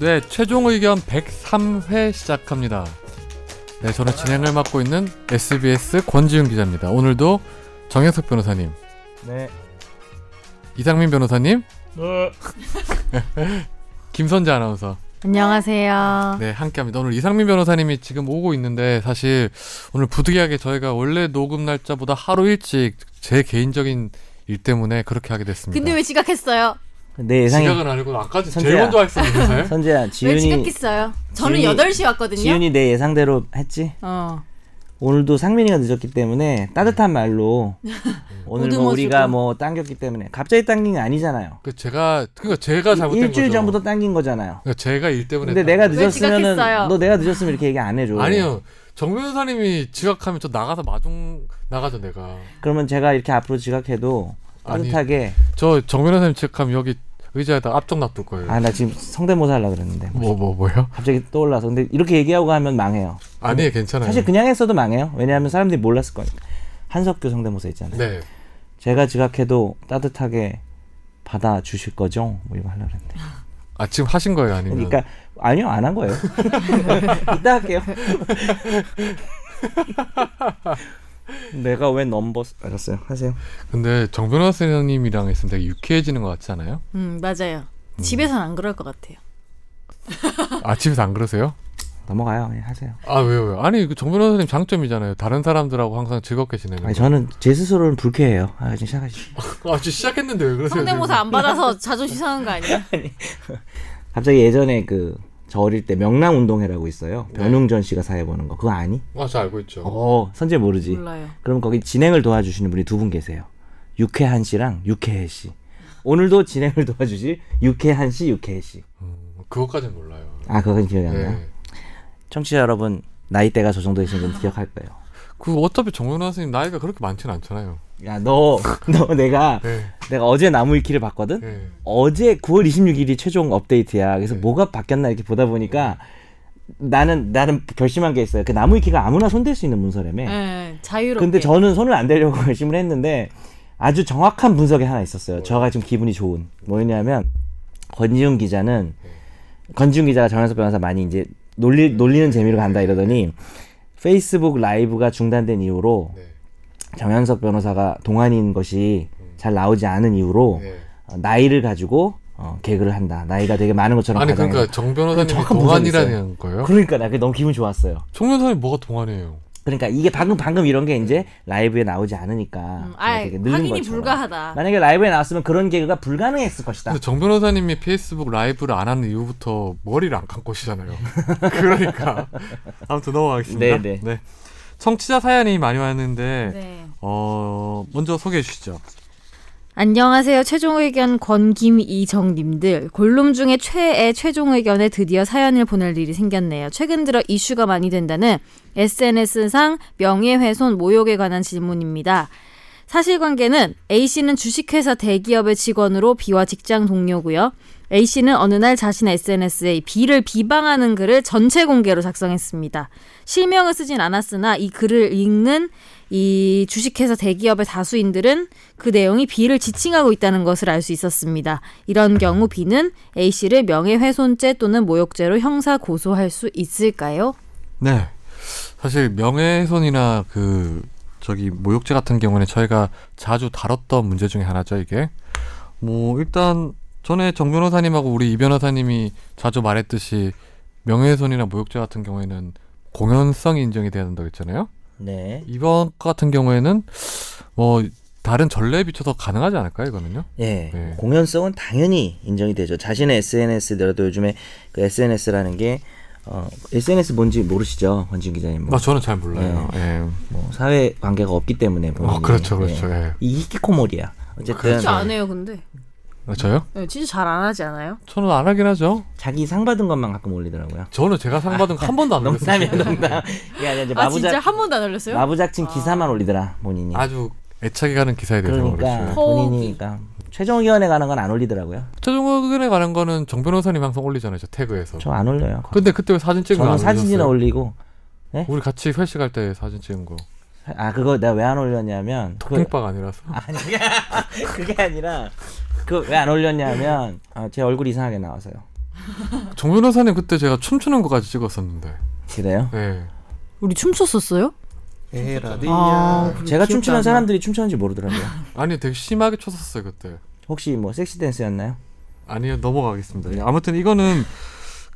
네, 최종 의견 103회 시작합니다. 네, 저는 진행을 맡고 있는 SBS 권지윤 기자입니다. 오늘도 정현석 변호사님, 네. 이상민 변호사님, 네. 김선재 아나운서. 안녕하세요. 네, 함께 합니다. 오늘 이상민 변호사님이 지금 오고 있는데 사실 오늘 부득이하게 저희가 원래 녹음 날짜보다 하루 일찍 제 개인적인 일 때문에 그렇게 하게 됐습니다. 근데 왜 지각했어요? 내 예상이 지각은 아니고 아까 제일 선재야. 먼저 했었는데 사실. 선재야 왜 지윤이 지각했어요? 저는 지윤이- 8시 왔거든요. 지윤이 내 예상대로 했지. 어. 오늘도 상민이가 늦었기 때문에 따뜻한 네. 말로 오늘 뭐 우등어 우리가 주고. 뭐 당겼기 때문에 갑자기 당긴 게 아니잖아요. 그 제가 그러니까 제가 잘못된 일주일 거죠. 전부터 당긴 거잖아요. 그러니까 제가 일 때문에 근데 했다는 내가 거죠. 왜 늦었으면은 지각했어요? 너 내가 늦었으면 이렇게 얘기 안 해줘. 아니요. 정 변호사님이 지각하면 저 나가서 마중 나가죠 내가. 그러면 제가 이렇게 앞으로 지각해도 아니. 따뜻하게 저 정 변호사님 지각하면 여기 의자에다 앞쪽 놔둘 거예요. 아 나 지금 성대모사 하려고 그랬는데 뭐 뭐 뭐, 요 갑자기 떠올라서 근데 이렇게 얘기하고 하면 망해요. 아니에요 괜찮아요. 사실 그냥 했어도 망해요. 왜냐하면 사람들이 몰랐을 거니까. 한석규 성대모사 있잖아요. 네. 제가 지각해도 따뜻하게 받아 주실 거죠? 뭐 이거 하려고 했는데. 아 지금 하신 거예요 아니면? 그러니까 아니요 안 한 거예요. 이따 할게요. 내가 왜 넘버 알았어요. 하세요. 근데 정 변호사님이랑 있으면 되게 유쾌해지는 것 같지 않아요? 음, 맞아요. 집에선 안 그럴 것 같아요. 아 집에서 안 그러세요? 넘어가요. 그냥 하세요. 아 왜요 왜요? 아니 그정 변호사님 장점이잖아요. 다른 사람들하고 항상 즐겁게 지내는. 아니 거. 저는 제 스스로는 불쾌해요. 아 지금 시작하시죠. 아 지금 시작했는데 왜 그러세요? 성대모사 지금? 안 받아서 자존심 상한 거 아니야? 갑자기 예전에 그 저 어릴 때 명랑 운동회라고 있어요. 변웅전 씨가 사회 보는 거 그거 아니? 아, 저 알고 있죠. 어 선재 모르지. 몰라요. 그럼 거기 진행을 도와주시는 분이 두 분 계세요. 유쾌한 씨랑 유쾌해 씨. 오늘도 진행을 도와주실 유쾌한 씨, 유쾌해 씨. 음, 그것까진 몰라요. 아, 그건 기억이 안 나요. 네. 청취자 여러분, 나이대가 저 정도 되신 분 기억할 거예요. 그 어차피 정 변호사님 나이가 그렇게 많지는 않잖아요. 야, 너, 너 내가 네. 내가 어제 나무 위키를 봤거든. 네. 어제 9월 26일이 최종 업데이트야. 그래서 뭐가 바뀌었나 이렇게 보다 보니까 나는 나는 결심한 게 있어요. 그 나무 위키가 아무나 손댈 수 있는 문서라며. 예, 자유롭게. 근데 저는 손을 안 대려고 결심을 했는데 아주 정확한 분석이 하나 있었어요. 저가 지금 기분이 좋은 뭐였냐면 권지훈 기자는 권지훈 기자가 정현석 변호사 많이 이제 놀리, 놀리는 재미로 간다 이러더니 페이스북 라이브가 중단된 이후로 네. 정현석 변호사가 동안인 것이 잘 나오지 않은 이후로 음. 네. 어, 나이를 가지고 어, 개그를 한다. 나이가 되게 많은 것처럼 아니 가장해서. 그러니까 정 변호사님이 정확한 분석이 동안이라는 거예요? 그러니까 나 그게 너무 기분 좋았어요. 정 변호사님 뭐가 동안이에요? 그러니까 이게 방금 방금 이런 게 이제 라이브에 나오지 않으니까 음, 제가 아이, 되게 늘린 확인이 것처럼. 불가하다. 만약에 라이브에 나왔으면 그런 개그가 불가능했을 것이다. 근데 정 변호사님이 페이스북 라이브를 안 하는 이후부터 머리를 안 감고 오시잖아요. 그러니까 아무튼 넘어가겠습니다. 네, 네. 청취자 사연이 많이 왔는데 네. 어 먼저 소개해 주시죠. 안녕하세요. 최종 의견 권김이정님들. 골룸 중에 최애 최종 의견에 드디어 사연을 보낼 일이 생겼네요. 최근 들어 이슈가 많이 된다는 SNS상 명예훼손 모욕에 관한 질문입니다. 사실관계는 A씨는 주식회사 대기업의 직원으로 B와 직장 동료고요. A씨는 어느 날 자신의 SNS에 B를 비방하는 글을 전체 공개로 작성했습니다. 실명을 쓰진 않았으나 이 글을 읽는 이 주식회사 대기업의 다수인들은 그 내용이 B를 지칭하고 있다는 것을 알 수 있었습니다. 이런 경우 B는 A씨를 명예훼손죄 또는 모욕죄로 형사 고소할 수 있을까요? 네. 사실 명예훼손이나 그 저기 모욕죄 같은 경우는 저희가 자주 다뤘던 문제 중에 하나죠 이게. 뭐 일단 전에 정 변호사님하고 우리 이 변호사님이 자주 말했듯이 명예훼손이나 모욕죄 같은 경우에는 공연성이 인정이 돼야 된다고 했잖아요. 네. 이번 것 같은 경우에는 뭐 다른 전례에 비춰서 가능하지 않을까요 이거는요? 예. 네. 공연성은 당연히 인정이 되죠. 자신의 SNS더라도 요즘에 그 SNS라는 게 어, SNS 뭔지 모르시죠, 권진 기자님. 뭐, 아 저는 잘 몰라요. 예. 뭐 사회 관계가 없기 때문에. 어 본인이. 그렇죠 예. 그렇죠. 예. 이 히키코모리야. 어쨌든 네. 진짜 안 해요, 근데. 네, 아, 저요? 진짜 잘 안 하지 않아요? 저는 안 하긴 하죠. 자기 상 받은 것만 가끔 올리더라고요. 저는 제가 상 받은 거 한 번도 안 받았어요. 농담이야, 농담. 이게 아니라 이제 아, 진짜 마부작 한 번도 안 올렸어요? 아. 마부작친 기사만 올리더라, 본인이. 아주 애착이 가는 기사에 대해서 예. 그러니까 그렇죠. 포기. 본인이니까 최종 의견에 관한 건 안 올리더라고요. 최종 의견에 관한 거는 정 변호사님 항상 올리잖아요. 저 태그에서. 저 안 올려요. 근데 그때 왜 사진 찍은 저는 거안 사진이나 올리고 우리 같이 회식할 때 사진 찍은 거. 아 그거 내가 왜 안 올렸냐면 그- 핑박 아니라서. 아니 그게 아니라 그 왜 안 올렸냐면 아, 제 얼굴 이상하게 나와서요. 정 변호사님 그때 제가 춤추는 거까지 찍었었는데. 그래요? 네. 우리 춤췄었어요? 에라디야. 아, 그래, 제가 귀엽다, 춤추면 나. 사람들이 춤추는지 모르더라고요. 아니 되게 심하게 쳤었어요 그때. 혹시 뭐 섹시 댄스였나요? 아니요 넘어가겠습니다. 예, 아무튼 이거는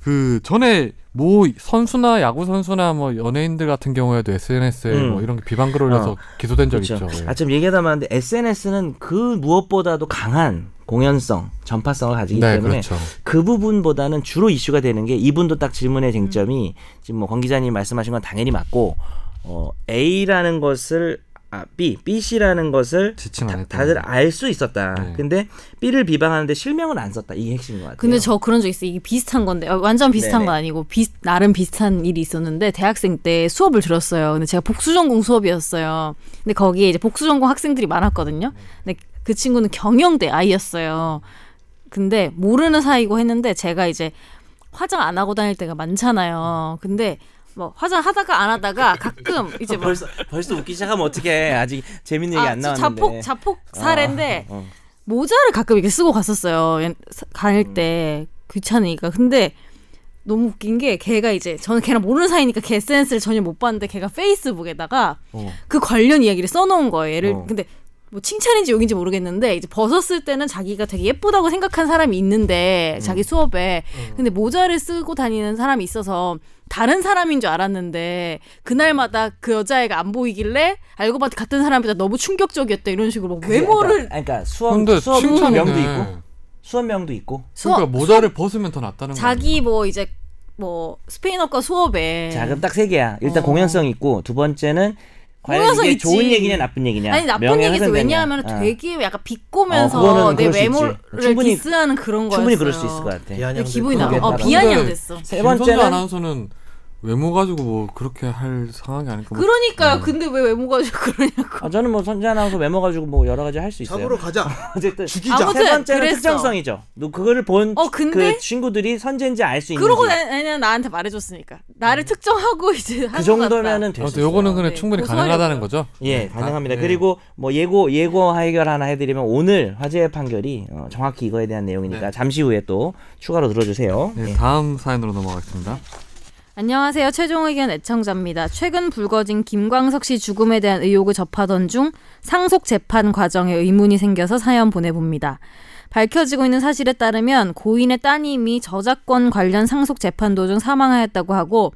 그 전에 뭐 선수나 야구 선수나 뭐 연예인들 같은 경우에도 SNS에 음. 뭐 이런 게 비방글 올려서 어. 기소된 적 있죠. 예. 아, 좀 얘기하다 말았는데 SNS는 그 무엇보다도 강한 공연성, 전파성을 가지기 네 때문에 그렇죠. 그 부분보다는 주로 이슈가 되는 게 이분도 딱 질문의 쟁점이 지금 뭐 권 기자님 말씀하신 건 당연히 맞고 어, A라는 것을 아, B, B C라는 것을 지칭 안 다, 했다. 다들 알 수 있었다. 네. 근데 B를 비방하는데 실명을 안 썼다. 이게 핵심인 것 같아요. 근데 저 그런 적 있어요. 이게 비슷한 건데 어, 완전 비슷한 네네. 거 아니고 비, 나름 비슷한 일이 있었는데 대학생 때 수업을 들었어요. 근데 제가 복수전공 수업이었어요. 근데 거기에 이제 복수전공 학생들이 많았거든요. 근데 그 친구는 경영대 아이였어요. 근데 모르는 사이고 했는데 제가 이제 화장 안 하고 다닐 때가 많잖아요. 근데 뭐 화장 하다가 안 하다가 가끔 이제 막 벌써 벌써 웃기 시작하면 어떡해. 아직 재밌는 아, 얘기 아, 안 저 나왔는데. 자폭 자폭 사례인데 어. 모자를 가끔 이렇게 쓰고 갔었어요. 옛- 사- 음. 다닐 때 귀찮으니까. 근데 너무 웃긴 게 걔가 이제 저는 걔랑 모르는 사이니까 걔 SNS를 전혀 못 봤는데 걔가 페이스북에다가 어. 그 관련 이야기를 써놓은 거예요. 얘를 어. 근데 뭐 칭찬인지 욕인지 모르겠는데 이제 벗었을 때는 자기가 되게 예쁘다고 생각한 사람이 있는데 음. 자기 수업에 어. 근데 모자를 쓰고 다니는 사람이 있어서 다른 사람인 줄 알았는데 그날마다 그 여자애가 안 보이길래 알고 봤더니 같은 사람이다 너무 충격적이었다 이런 식으로 막 그게 외모를 그러니까, 그러니까 근데 수업 수업 명도 있고 칭찬이네. 수업 명도 있고 그러니까 모자를 벗으면 더 낫다는 거. 자기 뭐 이제 뭐 스페인어과 수업에 자 그럼 딱 세 개야. 일단 네. 어. 공연성 있고 두 번째는 과연 공연성 이게 있지. 좋은 얘기냐 나쁜 얘기냐. 아니 나쁜 명예훼손 얘기에서 되냐. 왜냐하면 어. 되게 약간 어, 비꼬면서 그거는 내 그럴 수 외모를 있지. 충분히- 디스하는 그런 거였어요. 충분히 그럴 수 있을 것 같아. 비아냥 기분이 나. 그러게, 어 나도. 비아냥 근데 됐어. 세 김선주 번째는 아나운서는 외모 가지고 뭐 그렇게 할 상황이 아닐까. 뭐 음. 그러니까요. 근데 왜 외모가 그러냐고. 아, 저는 뭐 선재 아나운서 외모 가지고 뭐 여러 가지 할 수 있어요. 잡으러 가자. 어쨌든 죽이자. 아무튼- 세 번째는 그랬어. 특정성이죠. 너 그거를 본 그 어, 근데- 친구들이 선재인지 알 수 있는지 음. 그러고 나는 나한테 말해줬으니까 나를 특정하고 이제 그 한것 같다. 정도면은 될수 아무튼 있어요. 요거는 그냥 네, 충분히 고소하려고요. 가능하다는 거죠. 예, 가능합니다. 아, 네. 그리고 뭐 예고 예고 해결 하나 해드리면 오늘 화제의 판결이 어, 정확히 이거에 대한 내용이니까 잠시 후에 또 추가로 들어주세요. 네, 예. 다음 사연으로 넘어가겠습니다. 안녕하세요. 최종 의견 애청자입니다. 최근 불거진 김광석 씨 죽음에 대한 의혹을 접하던 중 상속 재판 과정에 의문이 생겨서 사연 보내봅니다. 밝혀지고 있는 사실에 따르면 고인의 따님이 저작권 관련 상속 재판 도중 사망하였다고 하고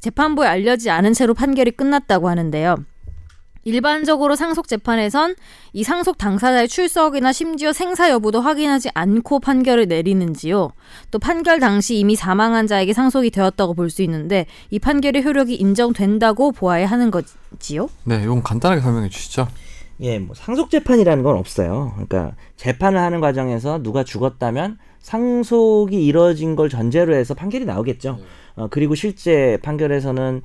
재판부에 알려지지 않은 채로 판결이 끝났다고 하는데요. 일반적으로 상속 재판에선 이 상속 당사자의 출석이나 심지어 생사 여부도 확인하지 않고 판결을 내리는지요. 또 판결 당시 이미 사망한 자에게 상속이 되었다고 볼 수 있는데 이 판결의 효력이 인정된다고 보아야 하는 거지요. 네, 이건 간단하게 설명해 주시죠. 예, 뭐 상속 재판이라는 건 없어요. 그러니까 재판을 하는 과정에서 누가 죽었다면 상속이 이루어진 걸 전제로 해서 판결이 나오겠죠. 어, 그리고 실제 판결에서는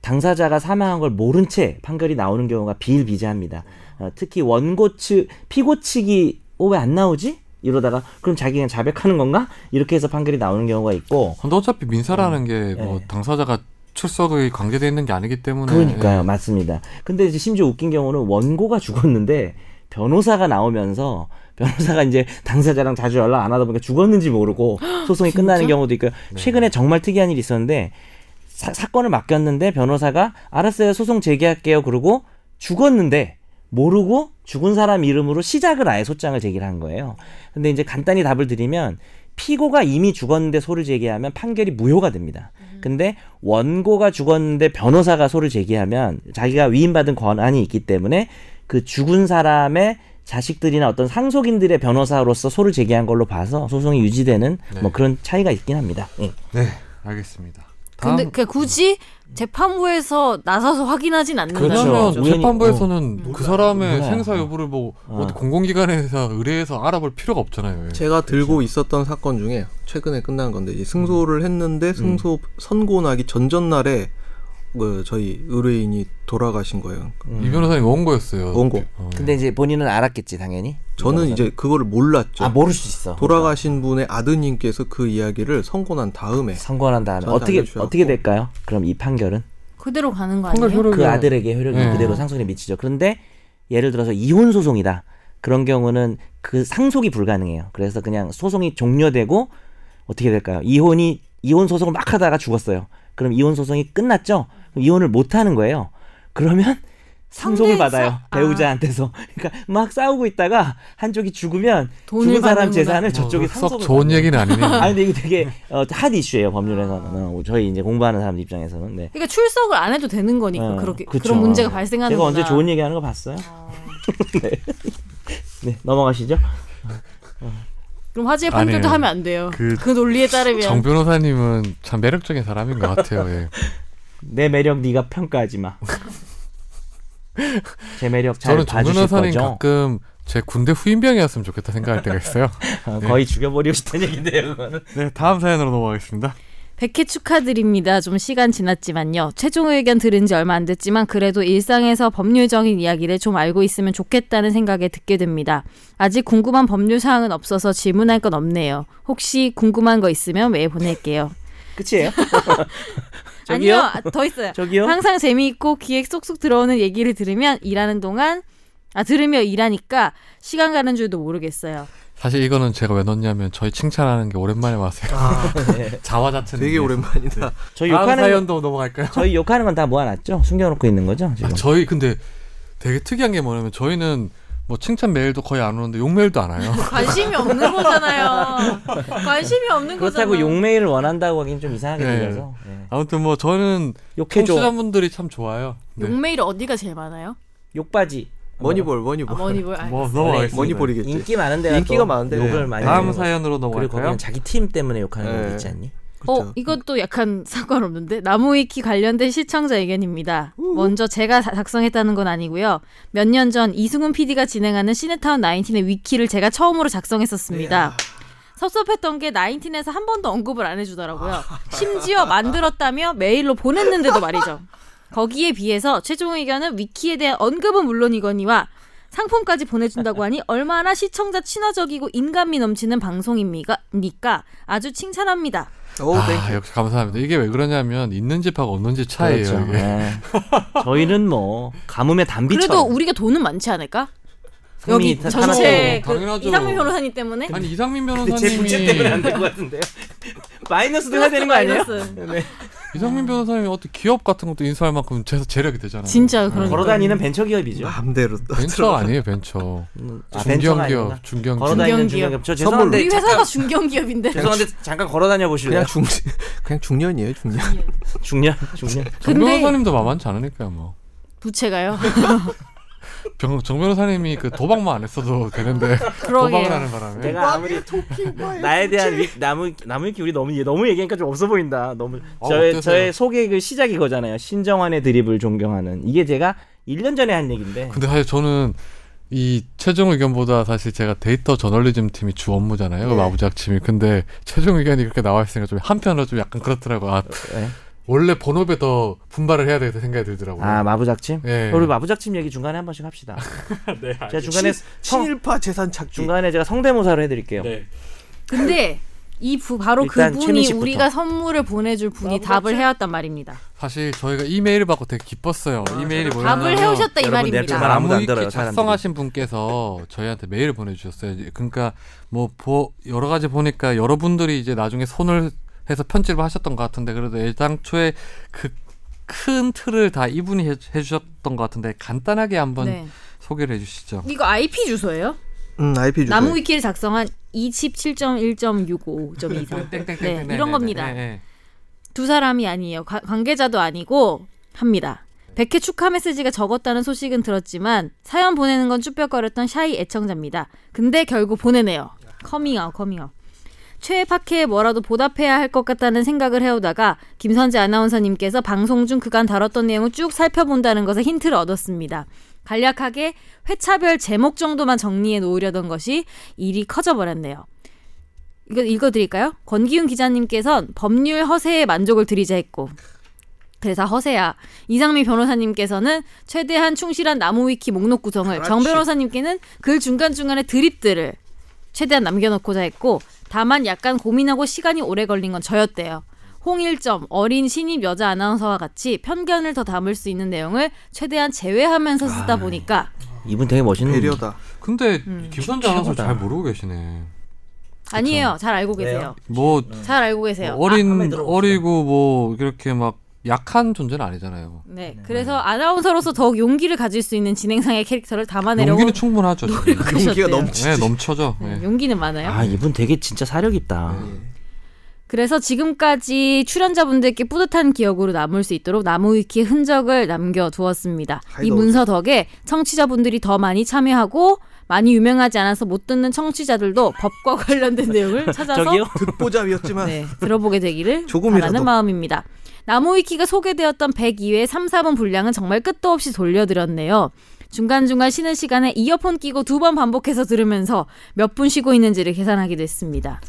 당사자가 사망한 걸 모른 채 판결이 나오는 경우가 비일비재합니다. 어, 특히 원고 측 피고 측이 어, 왜 안 나오지? 이러다가 그럼 자기가 자백하는 건가? 이렇게 해서 판결이 나오는 경우가 있고 근데 어차피 민사라는 게 뭐 예. 당사자가 출석이 관계되어 있는 게 아니기 때문에 네. 그러니까요, 맞습니다. 근데 이제 심지어 웃긴 경우는 원고가 죽었는데 변호사가 나오면서 변호사가 이제 당사자랑 자주 연락 안 하다 보니까 죽었는지 모르고 소송이 끝나는 경우도 있고 네. 최근에 정말 특이한 일이 있었는데 사, 사건을 맡겼는데 변호사가 알았어요, 소송 제기할게요. 그러고 죽었는데 모르고 죽은 사람 이름으로 시작을 아예 소장을 제기를 한 거예요. 근데 이제 간단히 답을 드리면 피고가 이미 죽었는데 소를 제기하면 판결이 무효가 됩니다. 근데 원고가 죽었는데 변호사가 소를 제기하면 자기가 위임받은 권한이 있기 때문에 그 죽은 사람의 자식들이나 어떤 상속인들의 변호사로서 소를 제기한 걸로 봐서 소송이 유지되는 네. 뭐 그런 차이가 있긴 합니다. 어, 예. 네, 알겠습니다. 다음 근데 그 굳이 재판부에서 나서서 확인하진 않는다는 그렇죠. 그러면 거죠. 우연히- 음. 재판부에서는 그 사람의 몰라요. 생사 여부를 뭐 어. 디 공공기관에서 의뢰해서 알아볼 필요가 없잖아요. 제가 들고 있었던 사건 중에 최근에 끝난 건데 이제 승소를 했는데 승소 선고 나기 전전날에 그 저희 의뢰인이 돌아가신 거예요. 이 변호사님 원고였어요. 원고. 근데 이제 본인은 알았겠지 당연히. 네. 저는 이제 그거를 몰랐죠. 아 모를 수 있어. 돌아가신 분의 아드님께서 그 이야기를 선고 난 다음에 선고한 다음에 저한테 어떻게 알려주셔갖고. 어떻게 될까요? 그럼 이 판결은 그대로 가는 거 판결 아니에요? 효력이 그 아들에게 효력이 네. 그대로 상속에 미치죠. 그런데 예를 들어서 이혼 소송이다. 그런 경우는 그 상속이 불가능해요. 그래서 그냥 소송이 종료되고 어떻게 될까요? 이혼이 이혼 소송을 막 하다가 죽었어요. 그럼 이혼 소송이 끝났죠? 그럼 이혼을 못 하는 거예요. 그러면 상속을 상대에서- 받아요 아. 배우자한테서. 그러니까 막 싸우고 있다가 한쪽이 죽으면 돈을 죽은 사람 받는구나. 재산을 뭐, 저쪽에 썩 상속을 좋은 받는 얘기는 아 아니네. 근데 이거 되게 어, 핫 이슈예요 법률에서는 어, 저희 이제 공부하는 사람 입장에서는 네. 그러니까 출석을 안 해도 되는 거니까 어, 그렇게 그쵸. 그런 문제가 어. 발생하는 제가 언제 좋은 얘기하는 거 봤어요? 아. 네. 네 넘어가시죠. 그럼 화재 아니에요. 판결도 하면 안 돼요. 그, 그- 논리에 따르면 정 변호사님은 참 매력적인 사람인 것 같아요. 예. 내 매력 네가 평가하지 마. 제 매력 잘 저는 정 봐주실 변호사님 거죠? 가끔 제 군대 후임병이었으면 좋겠다 생각할 때가 있어요. 어, 거의 죽여버리고 싶다는 얘기인데요. 그거는. 네, 다음 사연으로 넘어가겠습니다. 100회 축하드립니다. 좀 시간 지났지만요. 최종 의견 들은 지 얼마 안 됐지만 그래도 일상에서 법률적인 이야기를 좀 알고 있으면 좋겠다는 생각에 듣게 됩니다. 아직 궁금한 법률 사항은 없어서 질문할 건 없네요. 혹시 궁금한 거 있으면 메일 보낼게요. 끝이에요? 저기요? 아니요, 더 있어요. 저기요? 항상 재미있고 기획 쏙쏙 들어오는 얘기를 들으면 일하는 동안 아 들으며 일하니까 시간 가는 줄도 모르겠어요. 사실 이거는 제가 왜 넣냐면 저희 칭찬하는 게 오랜만에 와서요. 자화자찬. 되게 오랜만이다. 저희 다음 욕하는 건, 사연도 넘어갈까요? 저희 욕하는 건 다 모아놨죠? 숨겨놓고 있는 거죠? 지금? 아, 저희 근데 되게 특이한 게 뭐냐면 저희는 뭐 칭찬 메일도 거의 안 오는데 욕 메일도 안 와요. 관심이 없는 거잖아요. 관심이 없는 그렇다고 욕메일을 원한다고 하긴 좀 이상하게 네. 들려서 네. 아무튼 뭐 저는 욕해줘 청취자분들이 참 좋아요. 네. 용메일 어디가 제일 많아요? 욕바지 머니볼 머니볼. 아, 머니볼. 아, 뭐 넘어가겠습니다. 머니볼이겠지. 뭐, 인기 많은 데가 인기가 또 많은데. 욕을 많이 다음 하는 거. 사연으로 네. 그리고 넘어갈까요? 거기는 자기 팀 때문에 욕하는 네. 거 있지 않니? 어, 이것도 약간 상관없는데 나무위키 관련된 시청자 의견입니다. 먼저 제가 다- 작성했다는 건 아니고요. 몇 년 전 이승훈 PD가 진행하는 시네타운 19의 위키를 제가 처음으로 작성했었습니다. 섭섭했던 게 19에서 한 번도 언급을 안 해주더라고요. 심지어 만들었다며 메일로 보냈는데도 말이죠. 거기에 비해서 최종 의견은 위키에 대한 언급은 물론이거니와 상품까지 보내준다고 하니 얼마나 시청자 친화적이고 인간미 넘치는 방송입니까? 니까 아주 칭찬합니다. 오 아, 땡큐. 역시 감사합니다. 이게 왜 그러냐면 있는 집하고 없는 집 차이예요. 그렇죠. 이게. 네. 저희는 뭐 가뭄의 단비처럼 그래도 우리가 돈은 많지 않을까? 여기 다- 하나도 전체 그 당연하죠. 이상민 변호사님 때문에 아니 이상민 근데 제 부채 때문에 변호사님이 안될 것 같은데요. 마이너스도 해야 되는 거 아니에요? 플러스. 네. 이상민 변호사님이 어떤 기업 같은 것도 인수할 만큼 제 재력이 되잖아요. 진짜 그런 음, 걸어다니는 벤처기업이죠. 마음대로 벤처 아니에요 벤처. 아, 벤처가 아니구나. 중견기업 중견기업. 걸어다니는 중견기업. 중견기업. 저 선물로. 죄송한데 우리 회사가 잠깐, 중견기업인데 죄송한데 잠깐 걸어다녀 보실래요? 그냥 중 그냥 중년이에요 중년. 중년 중년. 정 근데- 변호사님도 만만치 않으니까요 뭐. 부채가요. 병, 정 변호사님이 그 도박만 안 했어도 되는데 도박을 그러게요. 하는 바람에 내가 아무리 나에 대한 위, 나무 나무위키 우리 너무 얘- 너무 얘기하니까 좀 없어 보인다. 너무 어, 저의 어때서요? 저의 소개 그 시작이 거잖아요. 신정환의 드립을 존경하는 이게 제가 1년 전에 한 얘긴데. 근데 사실 저는 이 최종 의견보다 사실 제가 데이터 저널리즘 팀이 주 업무잖아요 네. 마부작침이 근데 최종 의견이 그렇게 나와 있으니까 좀 한편으로 좀 약간 그렇더라고 아 네. 원래 본업에 더 분발을 해야 되겠다 생각이 들더라고요 아 마부작침? 예. 우리 마부작침 얘기 중간에 한 번씩 합시다. 네, 제가 중간에 성, 친일파 재산 착취. 중간에 제가 성대모사로 해드릴게요. 네. 근데 이 부, 바로 일단 최민 그분이 씨부터. 우리가 선물을 보내줄 분이 답을 해왔단 말입니다. 사실 저희가 이메일을 받고 되게 기뻤어요 이메일이 뭐냐면 답을 해오셨다 이 여러분, 내 말입니다. 말 아무도 안 들어요, 사람들이. 작성하신 분께서 저희한테 메일을 보내주셨어요. 그러니까 뭐 보- 여러 가지 보니까 여러분들이 이제 나중에 손을 해서 편집을 하셨던 것 같은데 그래도 애당초에 그 큰 틀을 다 이분이 해, 주셨던것 같은데 간단하게 한번 네. 소개를 해주시죠. 이거 IP 주소예요? 음 IP 주소. 나무 위키를 작성한 27.1.65.24 네, 이런 겁니다. 두 사람이 아니에요. 가- 관계자도 아니고 합니다. 백회 축하 메시지가 적었다는 소식은 들었지만 사연 보내는 건 쭈뼛거렸던 샤이 애청자입니다. 근데 결국 보내네요. 커밍아웃 커밍아웃. 최애 팟캐에 뭐라도 보답해야 할 것 같다는 생각을 해오다가 김선재 아나운서님께서 방송 중 그간 다뤘던 내용을 쭉 살펴본다는 것에 힌트를 얻었습니다. 간략하게 회차별 제목 정도만 정리해 놓으려던 것이 일이 커져버렸네요. 이거 읽어드릴까요? 권기훈 기자님께선 법률 허세에 만족을 드리자 했고 그래서 허세야 이상민 변호사님께서는 최대한 충실한 나무위키 목록 구성을 정 변호사님께는 글 중간중간에 드립들을 최대한 남겨놓고자 했고 다만 약간 고민하고 시간이 오래 걸린 건 저였대요. 홍일점 어린 신입 여자 아나운서와 같이 편견을 더 담을 수 있는 내용을 최대한 제외하면서 쓰다 보니까 이분 되게 멋있는 배려다. 음. 근데 김선재 아나운서 최고다. 잘 모르고 계시네. 아니에요. 잘 알고 계세요. 뭐 잘 알고 계세요. 아, 한 번 어린 들어봅시다. 어리고 뭐 이렇게 막 약한 존재는 아니잖아요. 네, 그래서 아나운서로서 더욱 용기를 가질 수 있는 진행상의 캐릭터를 담아내려고 네, 용기는 충분하죠. 지금. 노력하셨대요. 용기가 넘치지. 네, 넘쳐져. 네, 네. 용기는 많아요. 아 이분 되게 진짜 사력 있다. 그래서 지금까지 출연자분들께 뿌듯한 기억으로 남을 수 있도록 나무위키의 흔적을 남겨두었습니다. 이 하이더우드. 문서 덕에 청취자분들이 더 많이 참여하고 많이 유명하지 않아서 못 듣는 청취자들도 법과 관련된 내용을 찾아서 저기요. 듣보잡이었지만 네, 들어보게 되기를 조금이라도. 바라는 마음입니다. 나무위키가 소개되었던 102회 3, 4분 분량은 정말 끝도 없이 돌려드렸네요. 중간중간 쉬는 시간에 이어폰 끼고 두 번 반복해서 들으면서 몇 분 쉬고 있는지를 계산하기도 했습니다.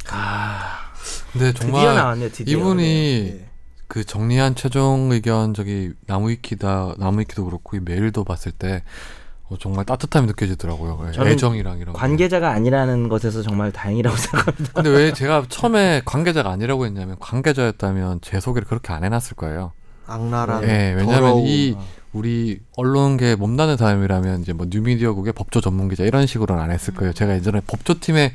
근데 아, 드디어 정말 나왔네 드디어. 이분이 예. 네. 그 정리한 최종 의견 저기 나무위키다 나무위키도 그렇고 이 메일도 봤을 때 어, 정말 따뜻함이 느껴지더라고요. 예, 저는 애정이랑 이런. 거. 관계자가 아니라는 것에서 정말 다행이라고 생각합니다. 근데 왜 제가 처음에 관계자가 아니라고 했냐면 관계자였다면 제 소개를 그렇게 안 해놨을 거예요. 악랄한 예, 왜냐하면 더러운 이 우리 언론계 몸나는 사람이라면 이제 뭐 뉴미디어국의 법조 전문 기자 이런 식으로는 안 했을 거예요. 제가 예전에 법조팀에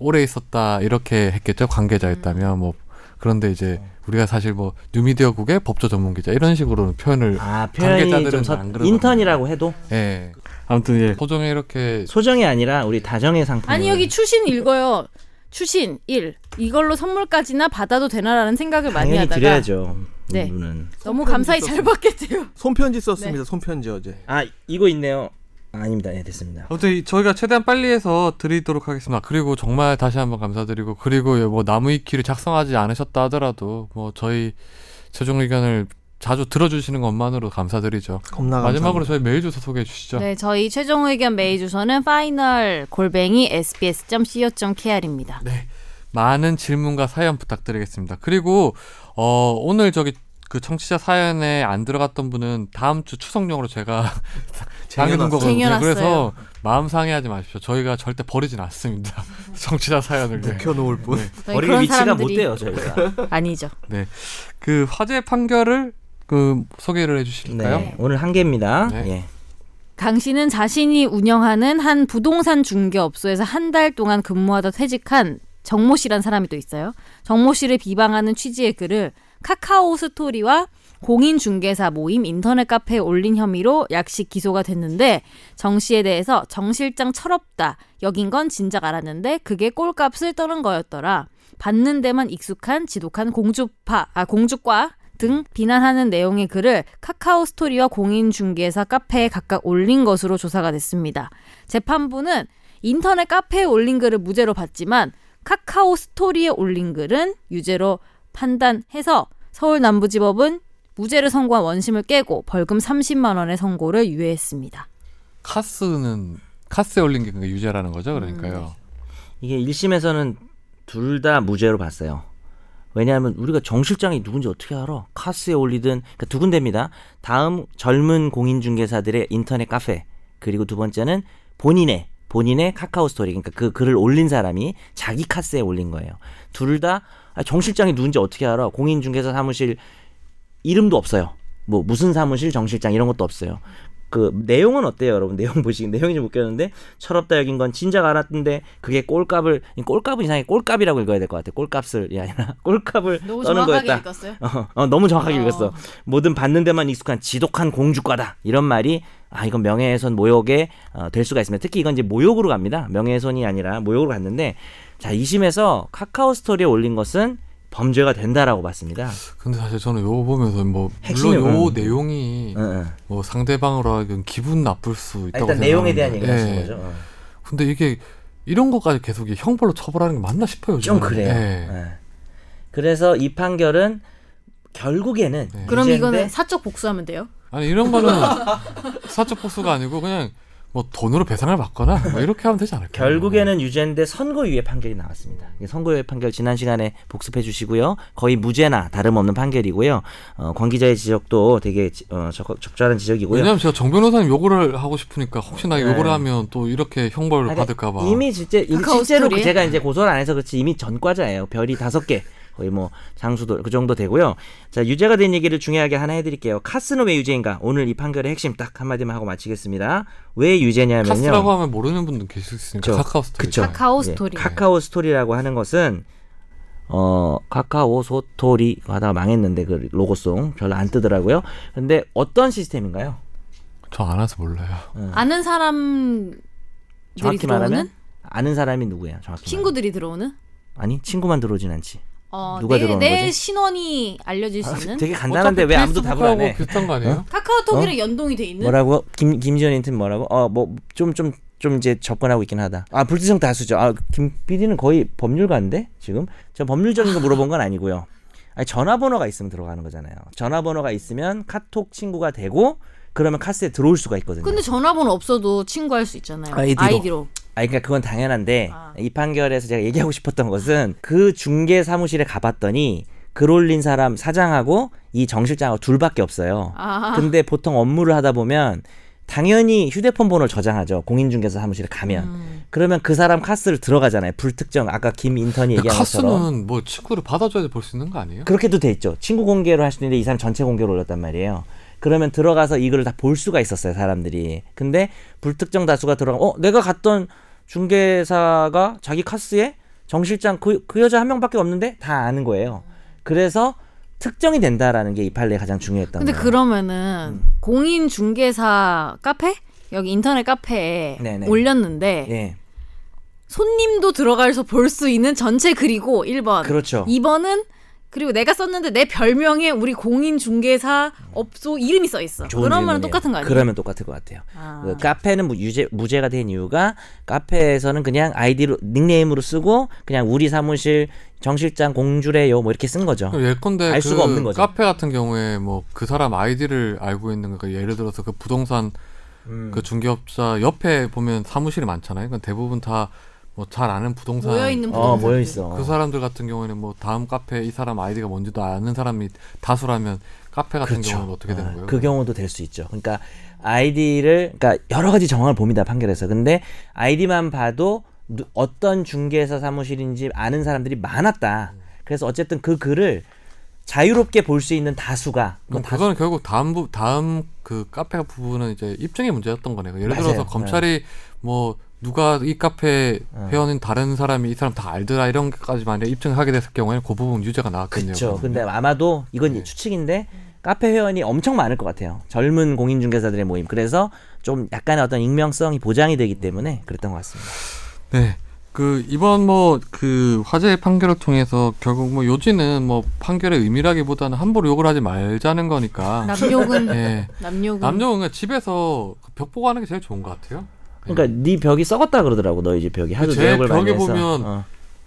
오래 있었다 이렇게 했겠죠. 관계자였다면 뭐 그런데 이제 우리가 사실 뭐 뉴미디어국의 법조 전문 기자 이런 식으로는 표현을 아 표현이 관계자들은 좀 서, 안 그러거든요. 인턴이라고 해도 예. 아무튼 예. 소정에 이렇게 소정이 아니라 우리 다정의 상품. 아니 여기 추신 읽어요. 추신 1. 이걸로 선물까지나 받아도 되나라는 생각을 많이 당연히 하다가 드려야죠. 네. 이분은. 너무 감사히 잘 받겠대요. 손편지 썼습니다. 손편지 어제. 아 이거 있네요. 아, 아닙니다. 네 됐습니다. 아무튼 이- 저희가 최대한 빨리 해서 드리도록 하겠습니다. 그리고 정말 다시 한번 감사드리고 그리고 뭐 나무위키를 작성하지 않으셨다 하더라도 뭐 저희 최종 의견을 자주 들어주시는 것만으로 감사드리죠. 겁나 마지막으로 저희 메일 주소 소개해 주시죠. 네, 저희 최종 의견 메일 주소는 final 골뱅이 sbs.co.kr입니다. 네. 많은 질문과 사연 부탁드리겠습니다. 그리고 어, 오늘 저기 그 청취자 사연에 안 들어갔던 분은 다음 주 추석용으로 제가 당겨둔 쟁여놨어요. 거거든요. 쟁여놨어요. 그래서 마음 상해하지 마십시오. 저희가 절대 버리진 않습니다. 청취자 사연을. 네. 묵혀놓을 뿐. 저희 버릴 그런 위치가 못 사람들이 돼요 저희가. 아니죠. 그 화재 판결을 그 소개를 해주실까요? 네, 오늘 한 개입니다. 네. 예. 강 씨는 자신이 운영하는 한 부동산 중개업소에서 한 달 동안 근무하다 퇴직한 정모 씨란 사람이 또 있어요. 정모 씨를 비방하는 취지의 글을 카카오 스토리와 공인 중개사 모임 인터넷 카페에 올린 혐의로 약식 기소가 됐는데 정 씨에 대해서 정 실장 철없다 여긴 건 진작 알았는데 그게 꼴값을 떠는 거였더라 받는 데만 익숙한 지독한 공주파 아 공주과 등 비난하는 내용의 글을 카카오 스토리와 공인중개사 카페에 각각 올린 것으로 조사가 됐습니다. 재판부는 인터넷 카페에 올린 글을 무죄로 봤지만 카카오 스토리에 올린 글은 유죄로 판단해서 서울남부지법은 무죄를 선고한 원심을 깨고 벌금 30만 원의 선고를 유예했습니다. 카스는 카스에 올린 게 그게 유죄라는 거죠, 음. 그러니까요. 이게 1심에서는 둘 다 무죄로 봤어요. 왜냐하면 우리가 정 실장이 누군지 어떻게 알아? 카스에 올리든 그러니까 두 군데입니다. 다음 젊은 공인중개사들의 인터넷 카페 그리고 두 번째는 본인의 본인의 카카오 스토리 그러니까 그 글을 올린 사람이 자기 카스에 올린 거예요. 둘 다 아, 정 실장이 누군지 어떻게 알아? 공인중개사 사무실 이름도 없어요. 뭐 무슨 사무실 정 실장 이런 것도 없어요. 그 내용은 어때요, 여러분? 내용 보시기 내용이 좀 웃겼는데 철없다 여긴 건 진작 알았는데 그게 꼴값을 꼴값은 이상하게 꼴값이라고 읽어야 될 것 같아. 꼴값을 이 아니라 꼴값을 떠는 거였다. 읽었어요. 어, 어, 너무 정확하게 어. 읽었어. 뭐든 받는 데만 익숙한 지독한 공주과다. 이런 말이 아 이건 명예훼손 모욕에 어, 될 수가 있습니다. 특히 이건 이제 모욕으로 갑니다. 명예훼손이 아니라 모욕으로 갔는데 자 2심에서 카카오 스토리에 올린 것은 범죄가 된다라고 아, 봤습니다. 근데 사실 저는 요거 보면서 뭐 물론 핵심이 요 뭐예요? 내용이 응, 응. 뭐 상대방으로 하여금 기분 나쁠 수 있다고 아, 일단 내용에 생각하는데, 대한 얘기를 하시는 예. 거죠. 어. 근데 이게 이런 것까지 계속 이 형벌로 처벌하는 게 맞나 싶어요. 좀 요즘은. 그래요. 예. 예. 그래서 이 판결은 결국에는 예. 그럼 유죄인데 이거는 사적 복수하면 돼요? 아니 이런 거는 사적 복수가 아니고 그냥 뭐 돈으로 배상을 받거나 뭐 이렇게 하면 되지 않을까요? 결국에는 유죄인데 선고유예 판결이 나왔습니다. 이게 선고유예 판결 지난 시간에 복습해 주시고요. 거의 무죄나 다름없는 판결이고요. 어, 권 기자의 지적도 되게 지- 어, 적, 적절한 지적이고요. 왜냐면 제가 정 변호사님 요구를 하고 싶으니까 혹시나 요구를 하면 또 이렇게 형벌을 예. 아니, 그러니까 받을까봐 이미 실제 이미 카카오 실제로 스토리에? 제가 이제 고소를 안 해서 그렇지 이미 전과자예요. 별이 다섯 개 거의 뭐 장수돌 그 정도 되고요. 자 유죄가 된 얘기를 중요하게 하나 해드릴게요. 카스는 왜 유죄인가? 오늘 이 판결의 핵심 딱 한마디만 하고 마치겠습니다. 왜 유죄냐면요. 카스라고 하면 모르는 분도 계실 수 있으니까 그쵸. 카카오 스토리. 그쵸. 카카오 예, 스토리. 카카오 스토리라고 하는 것은 어 카카오 소토리 하다가 망했는데 그 로고송 별로 안 뜨더라고요. 근데 어떤 시스템인가요? 저안 와서 몰라요. 아는 사람들이 정확히 들어오는 말하면 아는 사람이 누구예요? 정확히 친구들이 들어오는 말하면. 아니 친구만 들어오진 않지. 어, 누가 내, 들어오는 내 거지? 아, 신원이 알려질 수 있는 되게 간단한데 어차피 왜 아무도 답을 안 페이스북하고 해? 어? 비슷한 거 아니에요? 카카오톡이랑 연동이 돼 있는 뭐라고 김 김지현 인턴 뭐라고? 어 뭐 좀 좀 좀 이제 접근하고 있긴 하다. 아 불투성 다수죠. 아김 PD는 거의 법률가인데 지금 저 법률적인 거 물어본 건 아니고요. 아니 전화번호가 있으면 들어가는 거잖아요. 전화번호가 있으면 카톡 친구가 되고 그러면 카스에 들어올 수가 있거든요. 근데 전화번호 없어도 친구할 수 있잖아요. 아이디로. 아이디로. 아, 그러니까 그건 당연한데 아. 이 판결에서 제가 얘기하고 싶었던 것은 그 중개 사무실에 가봤더니 글 올린 사람 사장하고 이 정실장하고 둘밖에 없어요. 아. 근데 보통 업무를 하다 보면 당연히 휴대폰 번호를 저장하죠. 공인중개사 사무실에 가면. 음. 그러면 그 사람 카스를 들어가잖아요. 불특정 아까 김 인턴이 근데 얘기한 것처럼 카스는 뭐 친구를 받아줘야 볼 수 있는 거 아니에요? 그렇게도 돼 있죠. 친구 공개로 할 수 있는데 이 사람 전체 공개로 올렸단 말이에요. 그러면 들어가서 이걸 다 볼 수가 있었어요, 사람들이. 근데 불특정 다수가 들어가, 어, 내가 갔던 중개사가 자기 카스에 정 실장 그, 그 여자 한 명밖에 없는데 다 아는 거예요. 그래서 특정이 된다라는 게 이 판례 가장 중요했던 근데 거예요. 그러면은 음. 공인 중개사 카페 여기 인터넷 카페에 네네. 올렸는데 예, 손님도 들어가서 볼 수 있는 전체 그리고 1번. 그렇죠. 2번은 그리고 내가 썼는데 내 별명에 우리 공인 중개사 업소 이름이 써 있어. 좋은 그러면 질문이에요. 똑같은 거 아니에요? 그러면 똑같을 것 같아요. 아. 그 카페는 무- 유죄, 무죄가 된 이유가 카페에서는 그냥 아이디로 닉네임으로 쓰고 그냥 우리 사무실 정 실장 공주래요 뭐 이렇게 쓴 거죠. 그럼 예컨대 알 그 수가 없는 거죠. 카페 같은 경우에 뭐 그 사람 아이디를 알고 있는 거니까 예를 들어서 그 부동산 음. 그 중개업자 옆에 보면 사무실이 많잖아요. 그러니까 대부분 다 뭐 잘 아는 부동산 모여 있는 어 모여 있어. 그 사람들 같은 경우에는 뭐 다음 카페 이 사람 아이디가 뭔지도 아는 사람이 다수라면 카페 같은 경우는 어떻게 되는 아, 거예요? 그 경우도 될 수 있죠. 그러니까 아이디를 그러니까 여러 가지 정황을 봅니다 판결에서. 근데 아이디만 봐도 누- 어떤 중개사 사무실인지 아는 사람들이 많았다. 그래서 어쨌든 그 글을 자유롭게 볼 수 있는 다수가 그럼 그건 뭐 그러니까 다수- 그거는 결국 다음 부, 다음 그 카페 부분은 이제 입증의 문제였던 거네요. 그러니까 예를 맞아요. 네. 들어서 검찰이 뭐 누가 이 카페 회원인 다른 사람이 이 사람 다 알더라 이런 것까지 만약 입증하게 됐을 경우에는 그 부분 유죄가 나왔겠네요. 네. 그렇죠. 그러면. 근데 아마도 이건 이제 추측인데 카페 회원이 엄청 많을 것 같아요. 젊은 공인중개사들의 모임. 그래서 좀 약간의 어떤 익명성이 보장이 되기 때문에 그랬던 것 같습니다. 네. 그 이번 뭐 그 화재 판결을 통해서 결국 뭐 요지는 뭐 판결의 의미라기보다는 함부로 욕을 하지 말자는 거니까. 남욕은 예. 남욕은 남녀 그냥 집에서 벽 보관하는 게 제일 좋은 것 같아요. 그러니까 네 벽이 썩었다 그러더라고 너희 집 벽이 하도 제 노력을 많이 벽에 해서. 보면 어.